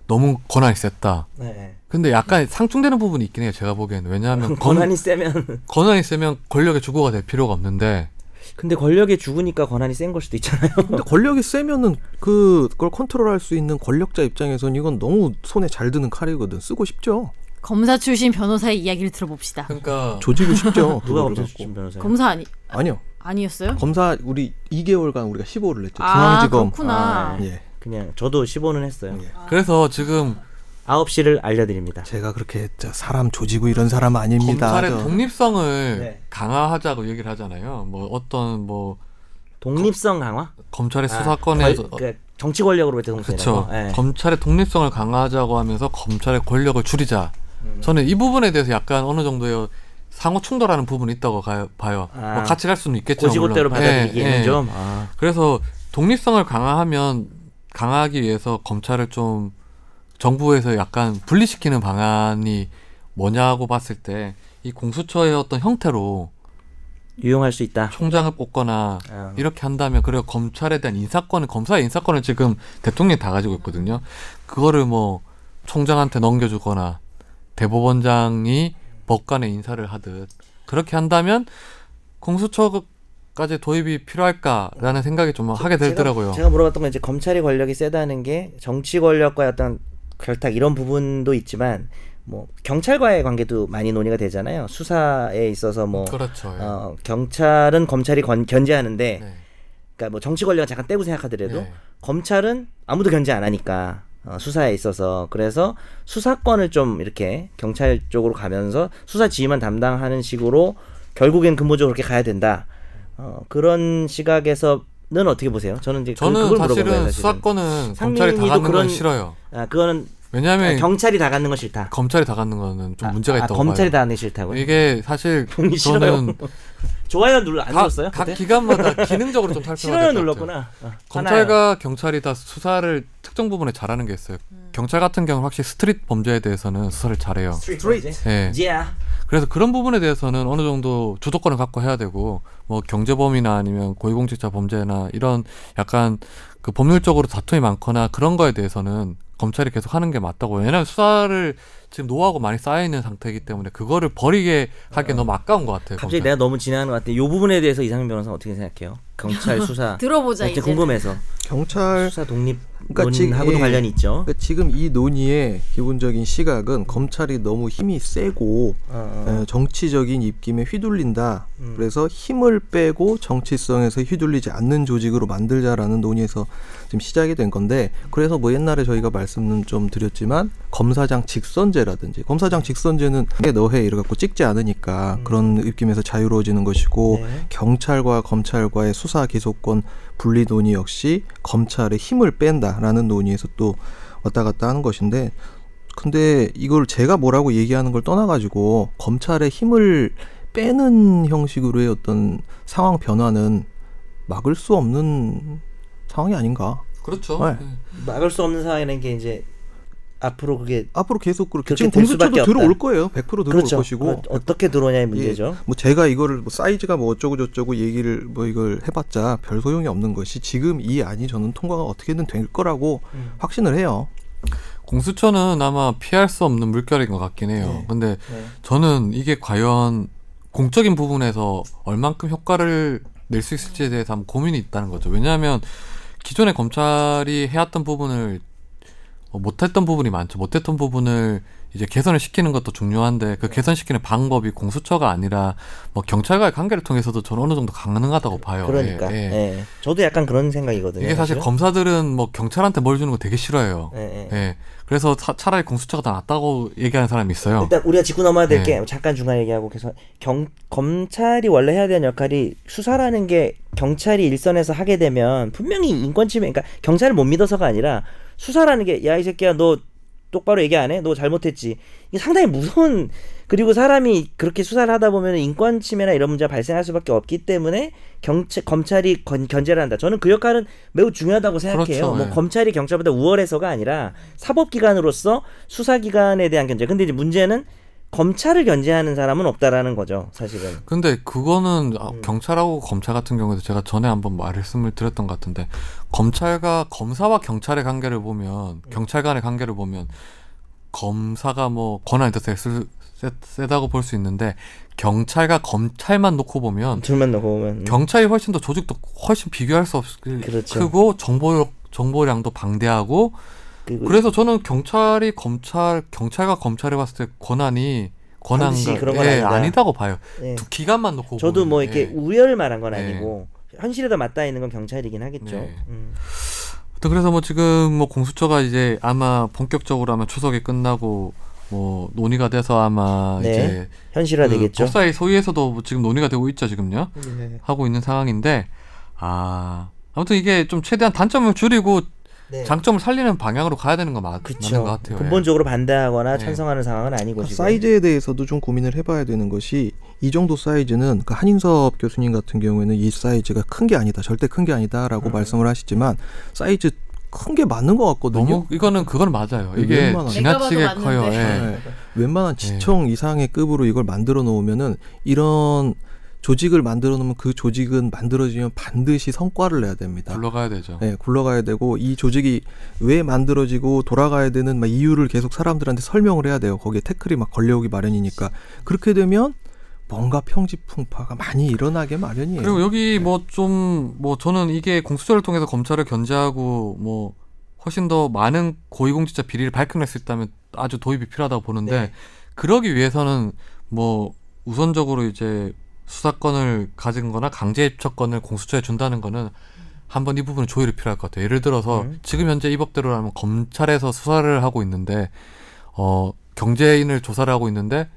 너무 권한이 셌다. 네, 네. 근데 약간 상충되는 부분이 있긴 해요. 제가 보기에는 왜냐하면 권한이 세면 권, 한이 세면 권력의 주구가 될 필요가 없는데 근데 권력에 죽으니까 권한이 센 걸 수도 있잖아요. 그렇죠. 근데 권력이 세면은 그- 그걸 컨트롤할 수 있는 권력자 입장에선 이건 너무 손에 잘 드는 칼이거든. 쓰고 싶죠. 검사 출신 변호사의 이야기를 들어봅시다. 그러니까 조지고 싶죠. 누가 그거를 검사 갖고. 출신 변호사? 검사 아니 아니요. 아니었어요? 검사 우리 2개월간 우리가 15를 냈죠. 아 중앙지검. 그렇구나. 아, 예. 그냥 저도 15는 했어요. 예. 그래서 지금 아홉 시를 알려드립니다. 제가 그렇게 저 사람 조지고 이런 사람 아닙니다. 검찰의 저. 독립성을 네. 강화하자고 얘기를 하잖아요. 뭐 어떤 뭐 독립성 강화? 검찰의 아, 수사권에 서 권- 그 정치 권력으로부터 그렇죠. 동생이라고. 예. 검찰의 독립성을 강화하자고 하면서 검찰의 권력을 줄이자. 음. 저는 이 부분에 대해서 약간 어느 정도의 상호 충돌하는 부분이 있다고 가, 봐요. 아. 뭐 같이 갈 수는 있겠죠. 고지고대로 물론. 받아들이기에는 예, 예. 좀. 아. 그래서 독립성을 강화하면 강화하기 위해서 검찰을 좀 정부에서 약간 분리시키는 방안이 뭐냐고 봤을 때 이 공수처의 어떤 형태로 유용할 수 있다. 총장을 뽑거나 아. 이렇게 한다면 그리고 검찰에 대한 인사권을 검사의 인사권을 지금 대통령이 다 가지고 있거든요. 그거를 뭐 총장한테 넘겨주거나 대법원장이 법관의 인사를 하듯 그렇게 한다면 공수처까지 도입이 필요할까라는 생각이 좀 하게 되더라고요. 제가, 제가 물어봤던 건 이제 검찰의 권력이 세다는 게 정치 권력과 어떤 결탁 이런 부분도 있지만 뭐 경찰과의 관계도 많이 논의가 되잖아요. 수사에 있어서 뭐 그렇죠. 예. 어, 경찰은 검찰이 권- 견제하는데 네. 그러니까 뭐 정치 권력 잠깐 떼고 생각하더라도 네. 검찰은 아무도 견제 안 하니까 어, 수사에 있어서 그래서 수사권을 좀 이렇게 경찰 쪽으로 가면서 수사 지휘만 담당하는 식으로 결국엔 근본적으로 그렇게 가야 된다 어, 그런 시각에서는 어떻게 보세요? 저는 이제 그- 저는 그걸 물어본 사실은 거예요. 사실은. 수사권은 검찰이 다 상민이도 갖는 그런- 건 싫어요. 아 그거는 왜냐하면 아, 경찰이 다 갖는 건 싫다. 검찰이 다 갖는 거는 네. 좀 아, 문제가 아, 있다고 검찰이 봐요. 다 하는 게 싫다고요? 이게 사실 본인이 저는 좋아요 눌러 안 각- 눌렀어요? 각 그때? 기관마다 기능적으로 좀 살펴봐야 싫어요 될것 같아요. 눌렀구나. 어, 하나요. 검찰과 경찰이 다 수사를 특정 부분에 잘하는 게 있어요. 음. 경찰 같은 경우는 확실히 스트릿 범죄에 대해서는 수사를 잘해요. 스트레이트. 예. Yeah. 그래서 그런 부분에 대해서는 어느 정도 주도권을 갖고 해야 되고 뭐 경제범이나 아니면 고위공직자 범죄나 이런 약간 그 법률적으로 다툼이 많거나 그런 거에 대해서는 검찰이 계속 하는 게 맞다고. 왜냐하면 수사를 지금 노하우가 많이 쌓여 있는 상태이기 때문에 그거를 버리게 하기 너무 아까운 것 같아요. 갑자기 검찰. 내가 너무 지나는 것 같은데 이 부분에 대해서 이상민 변호사는 어떻게 생각해요? 경찰 수사 네, 들어보자 이제 이제. 궁금해서 경찰 수사 독립 그러니까 지금- 논하고도 예. 관련이 있죠. 그러니까 지금 이 논의의 기본적인 시각은 검찰이 너무 힘이 세고 어, 에, 예, 정치적인 입김에 휘둘린다. 그래서 힘을 빼고 정치성에서 휘둘리지 않는 조직으로 만들자라는 논의에서 지금 시작이 된 건데 그래서 뭐 옛날에 저희가 말씀은 좀 드렸지만 검사장 직선제라든지 검사장 직선제는 내 너해 이래 갖고 찍지 않으니까 그런 입김에서 자유로워지는 것이고 네. 경찰과 검찰과의 수사 기소권 분리 논의 역시 검찰의 힘을 뺀다라는 논의에서 또 왔다 갔다 하는 것인데 근데 이걸 제가 뭐라고 얘기하는 걸 떠나가지고 검찰의 힘을 빼는 형식으로의 어떤 상황 변화는 막을 수 없는 상황이 아닌가. 그렇죠. 네. 네. 뭐 막을 수 없는 상황이라는 게 이제 앞으로 그게 앞으로 계속 그렇게 그렇게 지금 될 수밖에 공수처도 들어올 없다. 거예요. 100% 들어올 그렇죠. 것이고 그렇- 어떻게 들어오냐의 문제죠. 뭐 제가 이거를 뭐 사이즈가 뭐 어쩌고 저쩌고 얘기를 뭐 이걸 해봤자 별 소용이 없는 것이 지금 이 안이 저는 통과가 어떻게든 될 거라고 확신을 해요. 공수처는 아마 피할 수 없는 물결인 것 같긴 해요. 네. 근데 저는 이게 과연 공적인 부분에서 얼만큼 효과를 낼 수 있을지에 대해서 한번 고민이 있다는 거죠. 왜냐하면 기존에 검찰이 해왔던 부분을 어, 못했던 부분이 많죠. 못했던 부분을 이제 개선을 시키는 것도 중요한데 네. 그 개선시키는 방법이 공수처가 아니라 뭐 경찰과의 관계를 통해서도 저는 어느 정도 가능하다고 봐요. 그러니까 그렇죠. 예, 예. 예. 저도 약간 그런 생각이거든요. 이게 사실 검사들은 뭐 경찰한테 뭘 주는 거 되게 싫어해요. 예, 예. 예. 그래서 차, 차라리 공수처가 더 낫다고 얘기하는 사람이 있어요. 일단 우리가 짚고 넘어야 될 게 네. 잠깐 중간 얘기하고 계속 경, 검찰이 원래 해야 되는 역할이 수사라는 게 경찰이 일선에서 하게 되면 분명히 인권침해 그러니까 경찰을 못 믿어서가 아니라 수사라는 게 야 이 새끼야 너 똑바로 얘기 안 해? 너 잘못했지. 이게 상당히 무서운 그리고 사람이 그렇게 수사를 하다 보면 인권 침해나 이런 문제가 발생할 수밖에 없기 때문에 경체, 검찰이 건, 견제를 한다. 저는 그 역할은 매우 중요하다고 생각해요. 그렇죠, 뭐 예. 검찰이 경찰보다 우월해서가 아니라 사법기관으로서 수사기관에 대한 견제. 근데 이제 문제는 검찰을 견제하는 사람은 없다라는 거죠, 사실은. 근데 그거는 음. 아, 경찰하고 검찰 같은 경우에도 제가 전에 한번 말씀을 드렸던 것 같은데 검찰과 검사와 경찰의 관계를 음. 보면 경찰 간의 관계를 보면 검사가 뭐 권한이 더 세, 다고 볼 수 있는데 경찰과 검찰만 놓고 보면 둘만 놓고 보면. 경찰이 훨씬 더 조직도 훨씬 비교할 수 없이 그렇죠. 크고 정보 정보량도 방대하고 그리고 음. 그래서 저는 경찰이 검찰 경찰과 검찰에 봤을 때 권한이 반드시 권한과 그런 건 예, 아니다. 아니다고 봐요. 예. 두 기간만 놓고 저도 보면, 뭐 이렇게 예. 우열을 말한 건 예. 아니고 현실에 더 맞닿아 있는 건 경찰이긴 하겠죠. 네. 음. 하여튼 그래서 뭐 지금 뭐 공수처가 이제 아마 본격적으로 아마 추석이 끝나고 뭐 논의가 돼서 아마 네. 이제 현실화 그 되겠죠. 법사위 소위에서도 뭐 지금 논의가 되고 있죠 지금요. 네. 하고 있는 상황인데 아 아무튼 이게 좀 최대한 단점을 줄이고 네. 장점을 살리는 방향으로 가야 되는 거 맞, 맞는 그렇죠. 것 같아요. 예. 근본적으로 반대하거나 네. 찬성하는 상황은 아니고 지금. 그 사이즈에 대해서도 좀 고민을 해봐야 되는 것이 이 정도 사이즈는 그 한인섭 교수님 같은 경우에는 이 사이즈가 큰 게 아니다, 절대 큰 게 아니다라고 말씀을 하시지만 사이즈 큰 게 맞는 것 같거든요. 예. 너무 이거는 그건 맞아요. 음, 이게 웬만한- 지나치게 내가 봐도 커요. 맞는데. 예. 네. 웬만한 지청 이상의 급으로 이걸 만들어 놓으면은 이런 조직을 만들어 놓으면 그 조직은 만들어지면 반드시 성과를 내야 됩니다. 굴러가야 되죠. 네, 굴러가야 되고 이 조직이 왜 만들어지고 돌아가야 되는 막 이유를 계속 사람들한테 설명을 해야 돼요. 거기에 태클이 막 걸려오기 마련이니까 그렇게 되면 뭔가 평지풍파가 많이 일어나게 마련이에요. 그리고 여기 뭐 좀 뭐 저는 이게 공수처를 통해서 검찰을 견제하고 뭐 훨씬 더 많은 고위공직자 비리를 밝혀낼 수 있다면 아주 도입이 필요하다고 보는데 네. 그러기 위해서는 뭐 우선적으로 이제 수사권을 가진 거나 강제 입척권을 공수처에 준다는 거는 한번 이 부분은 조율이 필요할 것 같아요. 예를 들어서 음. 지금 현재 이 법대로라면 검찰에서 수사를 하고 있는데 어 경제인을 조사를 하고 있는데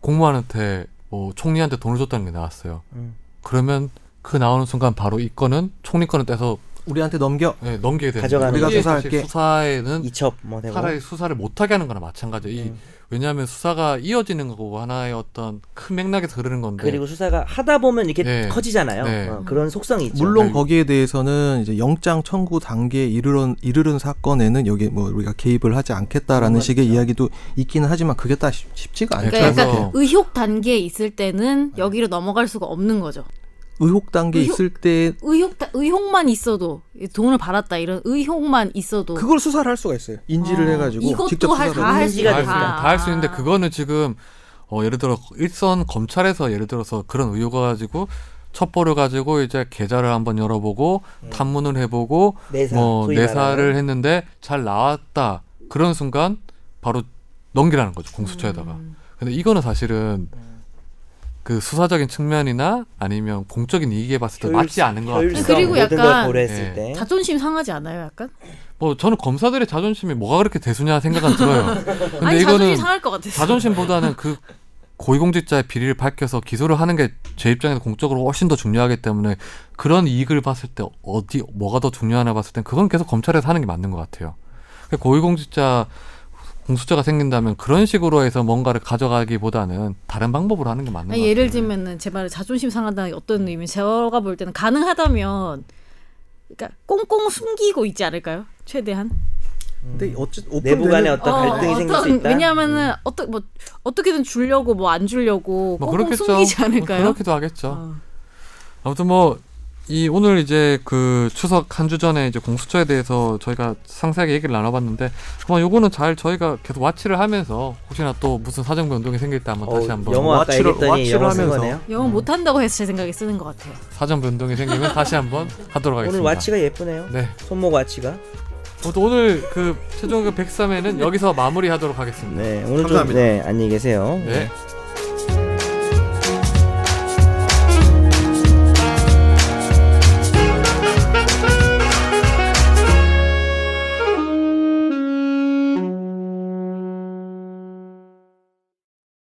공무원한테 뭐 총리한테 돈을 줬다는 게 나왔어요. 음. 그러면 그 나오는 순간 바로 이 건은 총리 건을 떼서 우리한테 넘겨. 예, 넘기게 되는 가져가는 거예요. 우리가 이게 사실 수사할게. 수사에는 이첩 뭐 되고. 음. 차라리 수사를 못하게 하는 거나 마찬가지예요. 이- 왜냐하면 수사가 이어지는 거고 하나의 어떤 큰 맥락에서 흐르는 건데 그리고 수사가 하다 보면 이렇게 네. 커지잖아요. 네. 어, 그런 속성이 있죠. 물론 네. 거기에 대해서는 이제 영장 청구 단계에 이르른, 이르른 사건에는 여기 뭐 우리가 개입을 하지 않겠다라는 식의 이야기도 있기는 하지만 그게 다 네, 쉽- 쉽지가 않죠. 그러니까 그래서- 네. 약간 의혹 단계에 있을 때는 여기로 넘어갈 수가 없는 거죠. 의혹 단계 의혹? 있을 때 의혹 의혹만 있어도 돈을 받았다 이런 의혹만 있어도 그걸 수사를 할 수가 있어요. 인지를 아, 해가지고 이것도 직접 할- 수사를. 다 해요. 할 수 있다. 아. 다할 수 있는데 그거는 지금 어, 예를 들어 일선 검찰에서 예를 들어서 그런 의혹을 가지고 첩보를 가지고 이제 계좌를 한번 열어보고 탐문을 해보고 음. 내사, 뭐 소위 내사를 말하는. 했는데 잘 나왔다 그런 순간 바로 넘기라는 거죠 공수처에다가 음. 근데 이거는 사실은 음. 그 수사적인 측면이나 아니면 공적인 이익에 봤을 때 맞지 않은 것 같아요. 효율성. 그리고 모든 약간- 걸 고려했을 예. 네? 때 자존심 상하지 않아요 약간? 뭐 저는 검사들의 자존심이 뭐가 그렇게 대수냐 생각은 들어요. 근데 아니 이거는 자존심 상할 것 같아서 자존심보다는 그 고위공직자의 비리를 밝혀서 기소를 하는 게 제 입장에서 공적으로 훨씬 더 중요하기 때문에 그런 이익을 봤을 때 어디 뭐가 더 중요하나 봤을 땐 그건 계속 검찰에서 하는 게 맞는 것 같아요. 그러니까 고위공직자 공수처가 생긴다면 그런 식으로 해서 뭔가를 가져가기보다는 다른 방법으로 하는 게 맞는 아니, 것 같아요. 예를 들면은 제 말에 자존심 상하다는 게 어떤 의미? 제가 볼 때는 가능하다면 그러니까 꽁꽁 숨기고 있지 않을까요? 최대한 근데 어쨌 내부 간의 오픈되는 어떤 갈등이 생길 수 있다. 음. 왜냐하면은 어떠 뭐 어떻게든 주려고 뭐 안 주려고 뭐 꽁꽁 그렇겠죠. 숨기지 않을까요? 뭐 그렇기도 하겠죠. 어. 아무튼 뭐 이 오늘 이제 그 추석 한 주 전에 이제 공수처에 대해서 저희가 상세하게 얘기를 나눠봤는데 아마 요거는 잘 저희가 계속 와치를 하면서 혹시나 또 무슨 사정과 운동이 생길 때 한번 어, 다시 한번 영어 아까 와치를- 얘기했더니 와치를 영어 쓴 하면서. 거네요. 영어 못한다고 해서 제 생각에 쓰는 것 같아요. 사정 변동이 생기면 다시 한번 하도록 오늘 하겠습니다. 와치가 예쁘네요. 네. 손목 와치가. 아무튼 오늘 그 최종 그 103회는 여기서 마무리하도록 하겠습니다. 네, 오늘 감사합니다. 좀 네, 안녕히 계세요. 네.